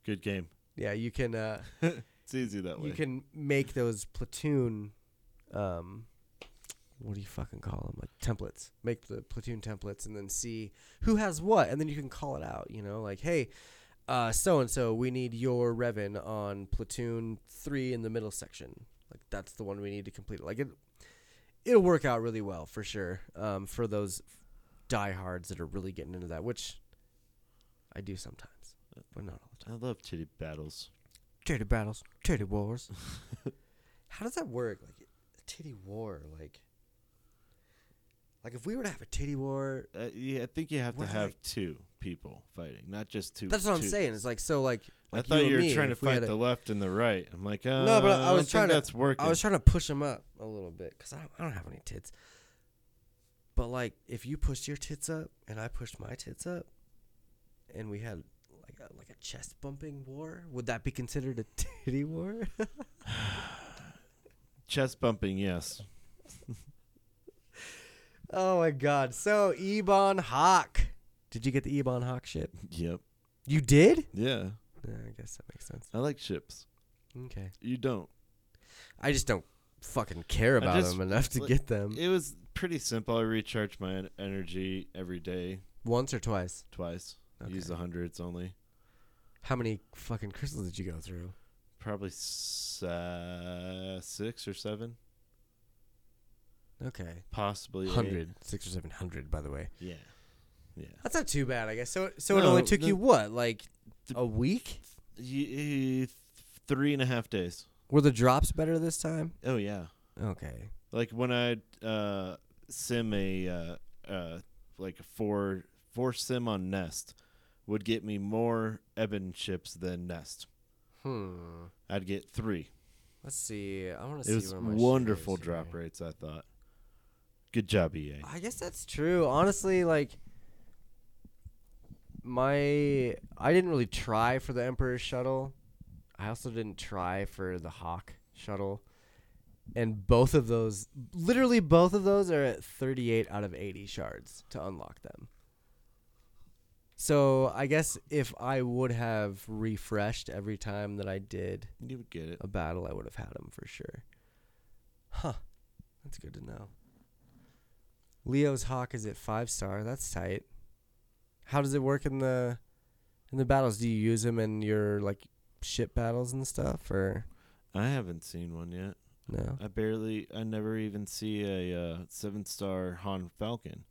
Good game.
Yeah, you can uh,
It's easy [laughs] that way.
you can make those platoon, um, what do you fucking call them? Like templates. Make the platoon templates and then see who has what, and then you can call it out. You know, like hey. Uh, so and so, we need your Revan on platoon three in the middle section. Like that's the one we need to complete. Like it, it'll work out really well for sure um, for those diehards that are really getting into that, which I do sometimes, but not all the time.
I love titty battles.
Titty battles, titty
[laughs]
wars. How does that work? Like a titty war, like like if we were to have a titty war,
Uh, yeah, I think you have
What
to
are
have
they-
two people fighting, not just two.
that's what i I'm
two-
saying. It's like so, like, like
I thought
and
you, were
me,
trying to
if we had
fight
a-
the left and the right. I'm like, uh,
no, but
I
I
don't
was
think
trying to.
That's working.
I was trying to push them up a little bit because I don't, I don't have any tits. But like, if you pushed your tits up and I pushed my tits up, and we had like a, like a chest bumping war, would that be considered a [laughs] titty war? [laughs]
Chest bumping, yes.
oh my god! So Ebon Hawk, did you get the Ebon Hawk ship?
Yep.
You did?
Yeah.
Yeah, I guess that makes sense.
I like ships.
Okay.
You don't.
I just don't fucking care about
just-
them enough to
like,
get them
It was pretty simple. I recharge my en- energy every day,
once or twice.
twice. Use
Okay.
the hundreds only.
How many fucking crystals did you go through?
Probably s- uh, six or seven,
Okay.
possibly eight.
Hundred, six or seven hundred, by the way.
Yeah, yeah.
That's not too bad, I guess. So, so it
No,
only took
the-
you what, like
the-
a week?
Y- three and a half days.
Were the drops better this time?
Oh yeah.
Okay.
Like when I uh, sim a uh, uh, like a four four sim on Nest would get me more Ebon chips than Nest.
Hmm.
I'd get three.
Let's see. I want to see.
It was
where my shit
wonderful
is
drop
here.
rates. I thought. Good job, E EA.
I guess that's true. Honestly, like my I didn't really try for the Emperor's shuttle. I also didn't try for the Hawk shuttle. And both of those literally both of those are at 38 out of 80 shards to unlock them. So, I guess if I would have refreshed every time that I did
You would get it.
a battle, I would have had him for sure. Huh. That's good to know. Leo's hawk is at five star. That's tight. How does it work in the in the battles? Do you use him in your like ship battles and stuff, or
I haven't seen one yet.
no?
I barely, I never even see a uh, seven star Han Falcon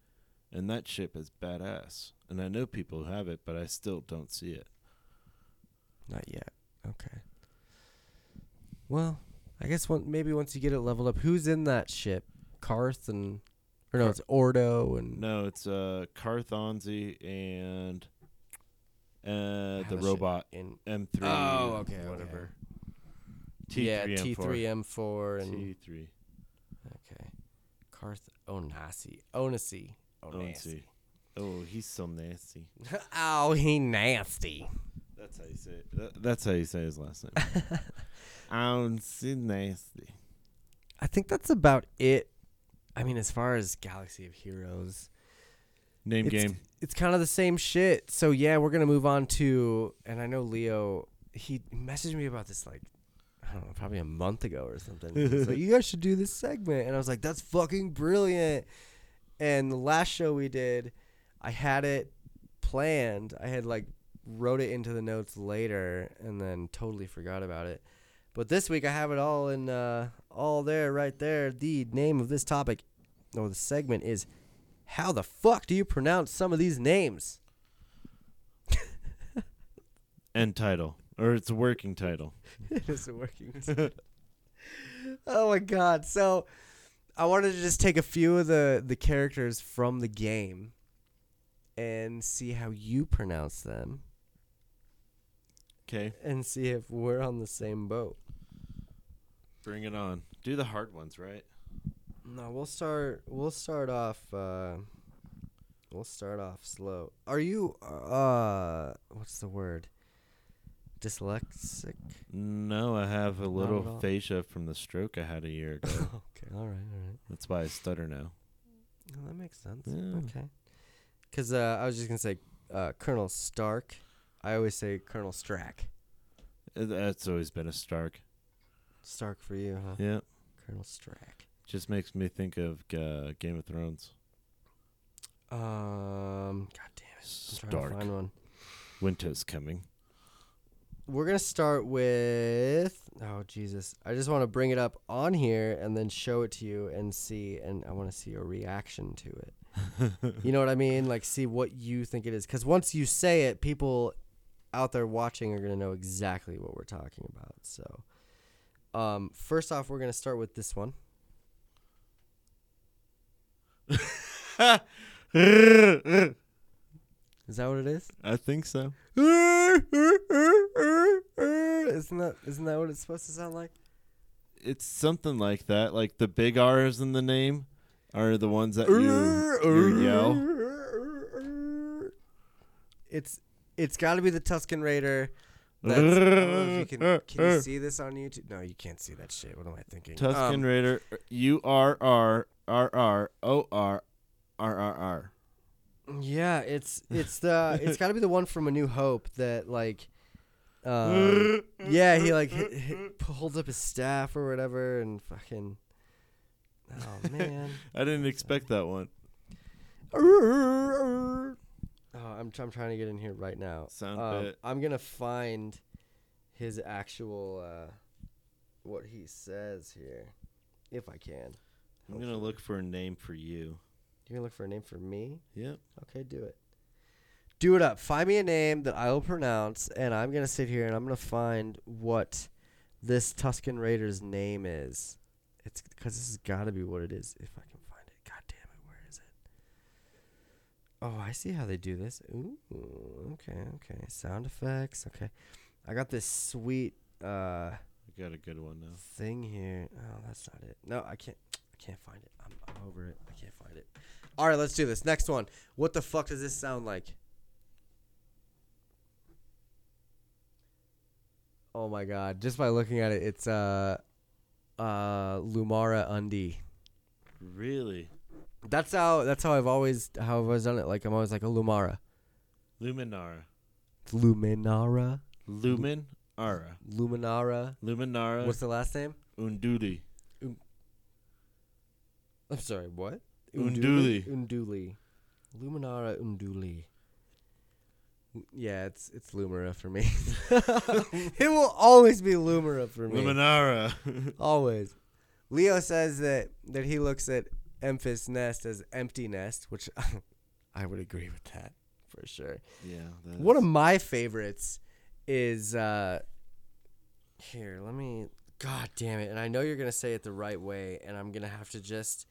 and that ship is badass. And I know people who have it, but I still don't see it.
Not yet. Okay. Well, I guess one, maybe once you get it leveled up, who's in that ship? Karth and or no, it's Ordo and
No, it's uh Carthonzi and
I
uh
have
the
a ship
robot
in
M3
Oh, okay, okay.
whatever.
yeah
T3 M4.
T3M4 and
T3.
okay, Karth Onasi Onasi Onasi.
Onsi. Oh, he's so nasty.
oh, he nasty.
That's how you say it. That, that's how you say his last name.
[laughs]
Onsi nasty.
I think that's about it. I mean, as far as Galaxy of Heroes,
Name
it's,
game.
It's kind of the same shit. So yeah, we're gonna move on to, and I know Leo. He messaged me about this like, I don't know, probably a month ago or something. He was like, you guys should do this segment, and I was like, that's fucking brilliant. And the last show we did, I had it planned. I had like wrote it into the notes later, and then totally forgot about it. But this week I have it all in uh, all there, right there. The name of this topic or the segment is how the fuck do you pronounce some of these names? [laughs]
End title. Or it's a working title.
it is working. [laughs] oh my god! So, I wanted to just take a few of the the characters from the game, and see how you pronounce them,
Okay.
and see if we're on the same boat.
Bring it on. Do the hard ones, right?
No, we'll start. We'll start off. Uh, we'll start off slow. Are you? Uh, what's the word? Dyslexic.
No, I have a
at all.
little fascia from the stroke I had a year
[laughs]
ago. [laughs]
Okay. All right. All right.
That's why I stutter now.
Well, Oh, that makes sense.
Yeah.
Okay. Because uh, I was just gonna say uh, Colonel Stark. I always say Colonel Strack.
Uh, That's always been a Stark.
Stark for you, huh?
Yeah.
Colonel Strack.
Just makes me think of uh, Game of Thrones.
Um. God damn it! I'm trying
Stark.
to find one.
Winter's coming.
We're gonna start with. Oh Jesus! I just want to bring it up on here and then show it to you and see, and I want to see your reaction to it. [laughs] you know what I mean? Like, see what you think it is. Because once you say it, people out there watching are gonna know exactly what we're talking about. So, um, first off, we're gonna start with this one.
I
Is that what it is?
think so.
[laughs] Isn't that isn't that what it's supposed to sound like?
It's something like that. Like the big R's in the name are the ones that you, you yell.
It's it's got to be the Tuscan Raider. That's, I don't know if you can, can you see this on YouTube? No, you can't see that shit. What am I thinking?
Tuscan
Um,
Raider. U R R R R O R R R R.
Um, Yeah, it's it's the it's got to be the one from A New Hope that like, um, yeah, he like hit, hit, holds up his staff or whatever and fucking. Oh man.
I didn't expect that one.
Oh, I'm, tr- I'm trying to get in here right now.
Sound
Um,
bit.
I'm gonna find his actual uh, what he says here, if I can.
I'm gonna look for a name for you.
You're gonna look for a name for me.
Yep.
Okay, do it. Do it up. Find me a name that I will pronounce, and I'm gonna sit here and I'm gonna find what this Tuscan Raiders name is. It's because this has got to be what it is. If I can find it, God damn it, where is it? Oh, I see how they do this. Ooh, okay, okay. Sound effects. Okay, I got this sweet uh
I got a good one now.
thing here. Oh, that's not it. No, I can't. I can't find it. I'm, I'm over it. I can't find it. All right, let's do this. Next one. What the fuck does this sound like? Oh my god! Just by looking at it, it's uh, uh, Lumara Undie.
Really?
That's how. That's how I've always how I've always done it. Like I'm always like a Lumara.
Luminara.
It's Luminara.
Lumin Ara.
Luminara.
Luminara
What's the last name?
Unduli.
I'm sorry, what?
Unduli.
Unduli. Luminara Unduli. Yeah, it's it's Lumera for me. [laughs] it will always be Lumera for me. [laughs]
Luminara.
always. Leo says that that he looks at Memphis Nest as empty nest, which [laughs] I would agree with that for sure.
Yeah. that
One of
is-
my favorites is uh here, let me God damn it. And I know you're gonna say it the right way, and I'm gonna have to just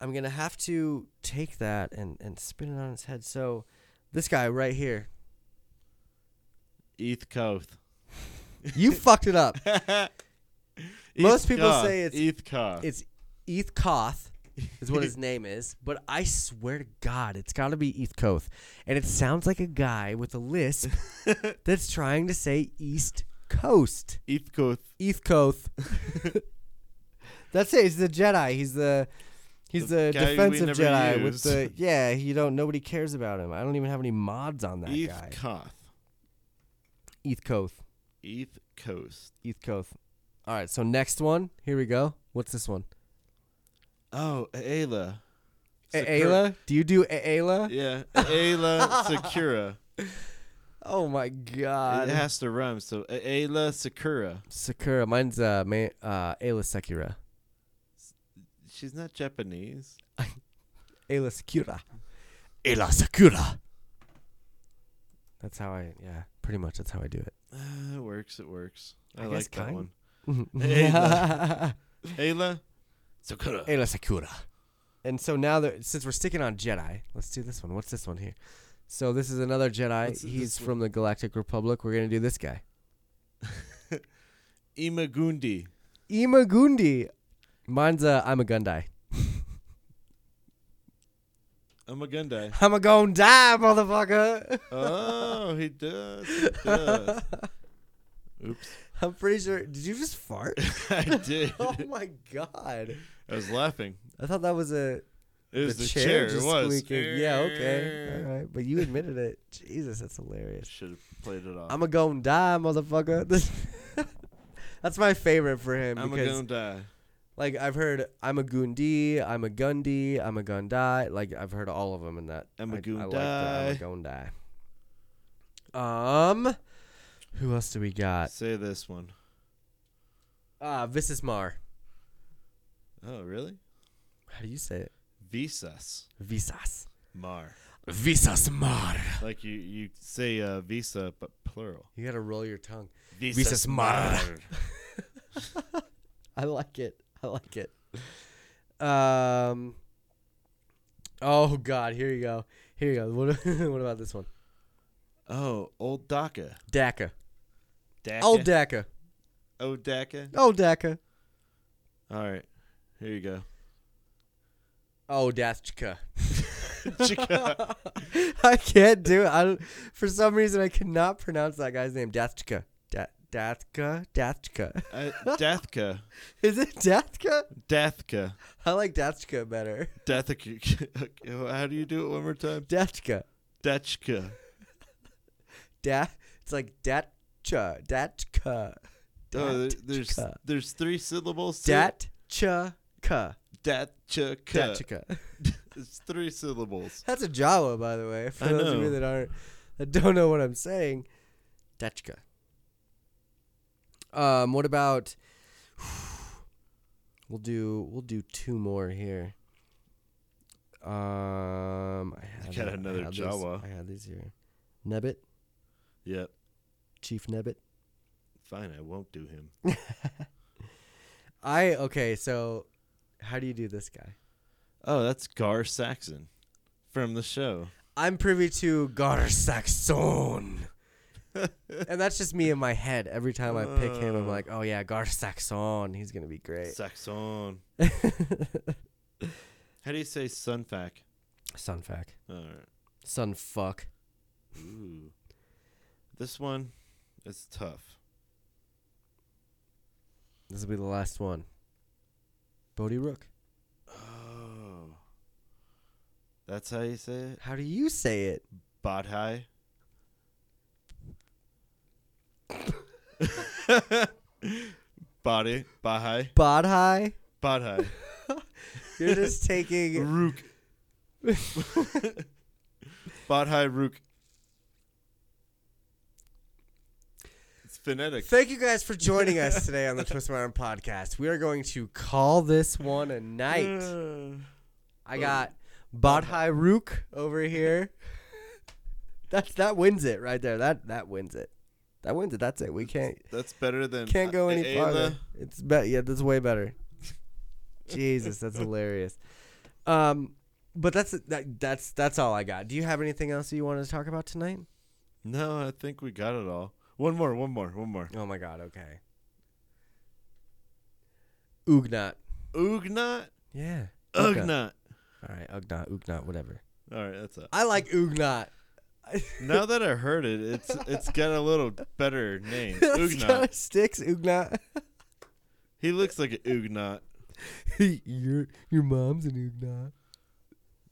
I'm gonna have to take that and, and spin it on its head. So this guy right here.
Eth Koth.
You fucked it up. Most
Eth
people
Koth,
say it's-
Eth Koth.
It's Eth Koth is what his name is, but I swear to God, it's got to be Eth Koth, and it sounds like a guy with a lisp that's trying to say East Coast.
Eth Koth.
Eth
[laughs]
Koth. that's it. He's the Jedi. He's the he's
The
the,
guy we
defensive
never
Jedi with
used.
the yeah. You don't. Nobody cares about him. I don't even have any mods on that guy.
Eth Koth.
Eth Koth.
Eth Coast.
Eth Koth. All right. So next one. Here we go. What's this one?
Oh, Ayla.
A-
Sakura-
Ayla. Do you do A- Ayla?
Yeah, Ayla
[laughs]
Sakura.
Oh my
It
god.
has to rhyme. So A- Ayla Sakura.
Sakura. Mine's uh, ma- uh Ayla Sakura.
She's not Japanese.
Ayla Sakura. Ayla Sakura. That's how I yeah, pretty much that's how I do it.
Uh, it works. It works. I,
I guess
like that
kind.
one.
[laughs] Ayla.
Ayla Sakura.
Sakura. And so now that since we're sticking on Jedi, let's do this one. What's this one here? So this is another Jedi.
What's this
He's
one?
from the Galactic Republic. We're gonna do this guy.
Imagundi.
Imagundi. Mine's uh I'm a Gundai. [laughs]
Amagundai.
I'm a gonna die, motherfucker. [laughs]
Oh, he does. He does. Oops. [laughs]
I'm pretty sure. Did you just [laughs] fart?
I did.
oh my god!
I was laughing.
I thought that was a
It was
the
the, chair.
just
It was. Eh.
squeaking. Yeah, okay, all
[laughs]
right. But you admitted it. Jesus, that's hilarious.
Should have played it off.
I'm a gonna die, motherfucker. [laughs] that's my favorite for him
I'm
because,
gonna uh, die.
like, I've heard I'm a Gundi, I'm a Gundy, I'm a Gundai. Like, I've heard all of them in that.
I'm a
I- I like that. I'm a gonna die. Um, who else do we got?
Say this one.
Ah, Visis Mar.
Oh, really?
How do you say it?
Visas
Visas.
Mar.
Visas Mar.
Like you, you say uh, visa, but plural.
You gotta roll your tongue.
Visas,
Visas Mar. I like it. I like it. Um. Oh God, here you go. Here you go. What, [laughs] what about this one?
[laughs] Oh, old DACA.
Daka.
DACA.
Oh Daka.
oh, DACA.
Oh Daka.
All right. Here you go.
Oh Dachka.
[laughs] Chica.
[laughs] I can't do it. I don't, for some reason I cannot pronounce that guy's name. Dachka. Da- Dathka. Dathka.
Uh, Dathka.
[laughs] Is it Dathka?
Dathka.
I like Dathka better.
Dathka. Okay, [laughs] How do you do it one more time?
Dathka.
Dachka.
Da. It's like Datcha. Datka.
Oh, there- there's
Datka.
there's three syllables. to it.
Datcha. Ka.
Datchka.
Datchika.
It's three syllables.
That's a Jawa, by the way. For
I
those of
know.
you that aren't that don't know what I'm saying, Dachka. Um, what about? [sighs] We'll do we'll do two more here. Um, I had
got
it- I
another
had these-
Jawa.
I had these here. Nebbit,
Yep.
Chief Nebbit.
Fine, I won't do him.
I okay. So, how do you do this guy?
Oh, that's Gar Saxon from the [laughs] show.
I'm privy to Gar Saxon. and that's just me in my head. Every time I pick him, I'm like, oh yeah, Gar Saxon. He's going to be great.
Saxon.
[laughs]
How do you say sunfac?
Sunfac.
All right.
Sunfuck.
Ooh. This one is tough.
This will be the last one. Bodhi Rook.
Oh. That's how you say it?
How do you say it?
[laughs] Bodhi? Body. Bahi.
Bodhi?
Bodhi.
You're just taking.
Rook. Bodhi Rook. It's phonetic.
Thank you guys for joining us today on the Twist My Arm
Uh,
Uh,
podcast. We are going to call this one a night. I got Badhai Rook over here. [laughs] That's that wins it right there. That that wins it. That wins it. That's it. We can't
That's better than
can't go any
Ayla.
farther. It's bet yeah, that's way better. [laughs] Jesus, that's hilarious. Um, but that's that, that's that's all I got. Do you have anything else that you wanted to talk about tonight?
No, I think we got it all. One more, one more, one more.
Oh my God. Okay. Ugnat.
Ugnat,
Yeah.
Ugnat.
All right. Ugnat. Ugnat. Whatever.
All right, that's it.
I like Ugnat. [laughs]
Now that I heard it, it's it's got a little better
[laughs]
name. Ugnat.
Ugnat sticks. Ugnat. [laughs]
He looks like an Ugnat.
your your mom's an Ugnat.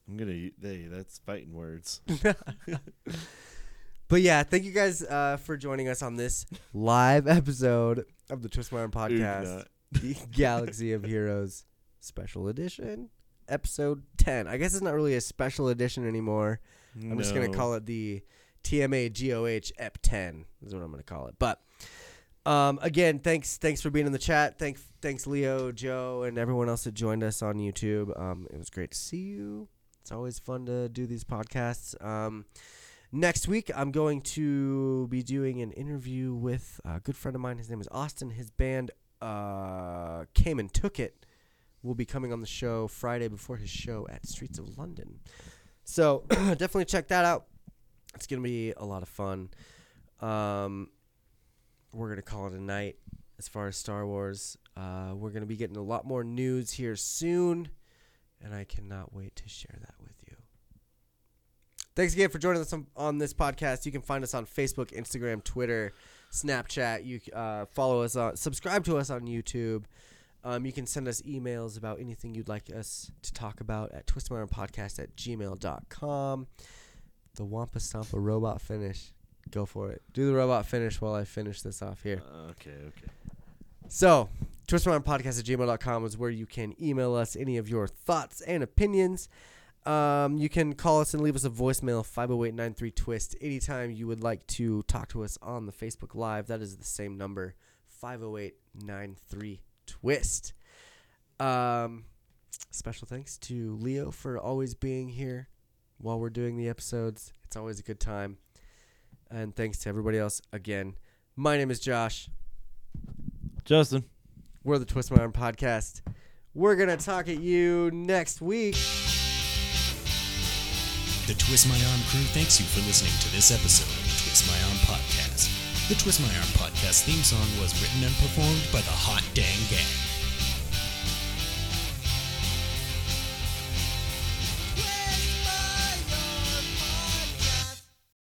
I'm gonna. Hey, that's fighting words.
But yeah, thank you guys uh, for joining us on this live episode of the Twist My Arm podcast, the [laughs] Galaxy of Heroes Special Edition, episode ten. I guess it's not really a special edition anymore. I'm just gonna
No.
call it the TMA GOH EP ten. Is what I'm gonna call it. But um, again, thanks thanks for being in the chat. Thank thanks Leo, Joe, and everyone else that joined us on YouTube. Um, it was great to see you. It's always fun to do these podcasts. Um, next week i'm going to be doing an interview with a good friend of mine his name is austin his band uh, came and took it will be coming on the show friday before his show at streets of london so [clears throat] definitely check that out it's going to be a lot of fun um, we're going to call it a night as far as star wars uh, we're going to be getting a lot more news here soon and i cannot wait to share that with you Thanks again for joining us on, on this podcast. You can find us on Facebook, Instagram, Twitter, Snapchat. You uh, follow us on, subscribe to us on YouTube. Um, you can send us emails about anything you'd like us to talk about at twistmyarmpodcast at gmail.com. The Wampa Stompa robot finish. Go for it. Do the robot finish while I finish this off here.
Okay, okay.
So, twistmindpodcast at gmail.com is where you can email us any of your thoughts and opinions. Um, you can call us and leave us a voicemail, 508 Twist, anytime you would like to talk to us on the Facebook Live. That is the same number, 508 93 Twist. Um, special thanks to Leo for always being here while we're doing the episodes. It's always a good time. And thanks to everybody else again. My name is Josh.
Justin.
We're the Twist My Arm podcast. We're going to talk at you next week.
The Twist My Arm crew thanks you for listening to this episode of the Twist My Arm podcast. The Twist My Arm podcast theme song was written and performed by the Hot Dang Gang.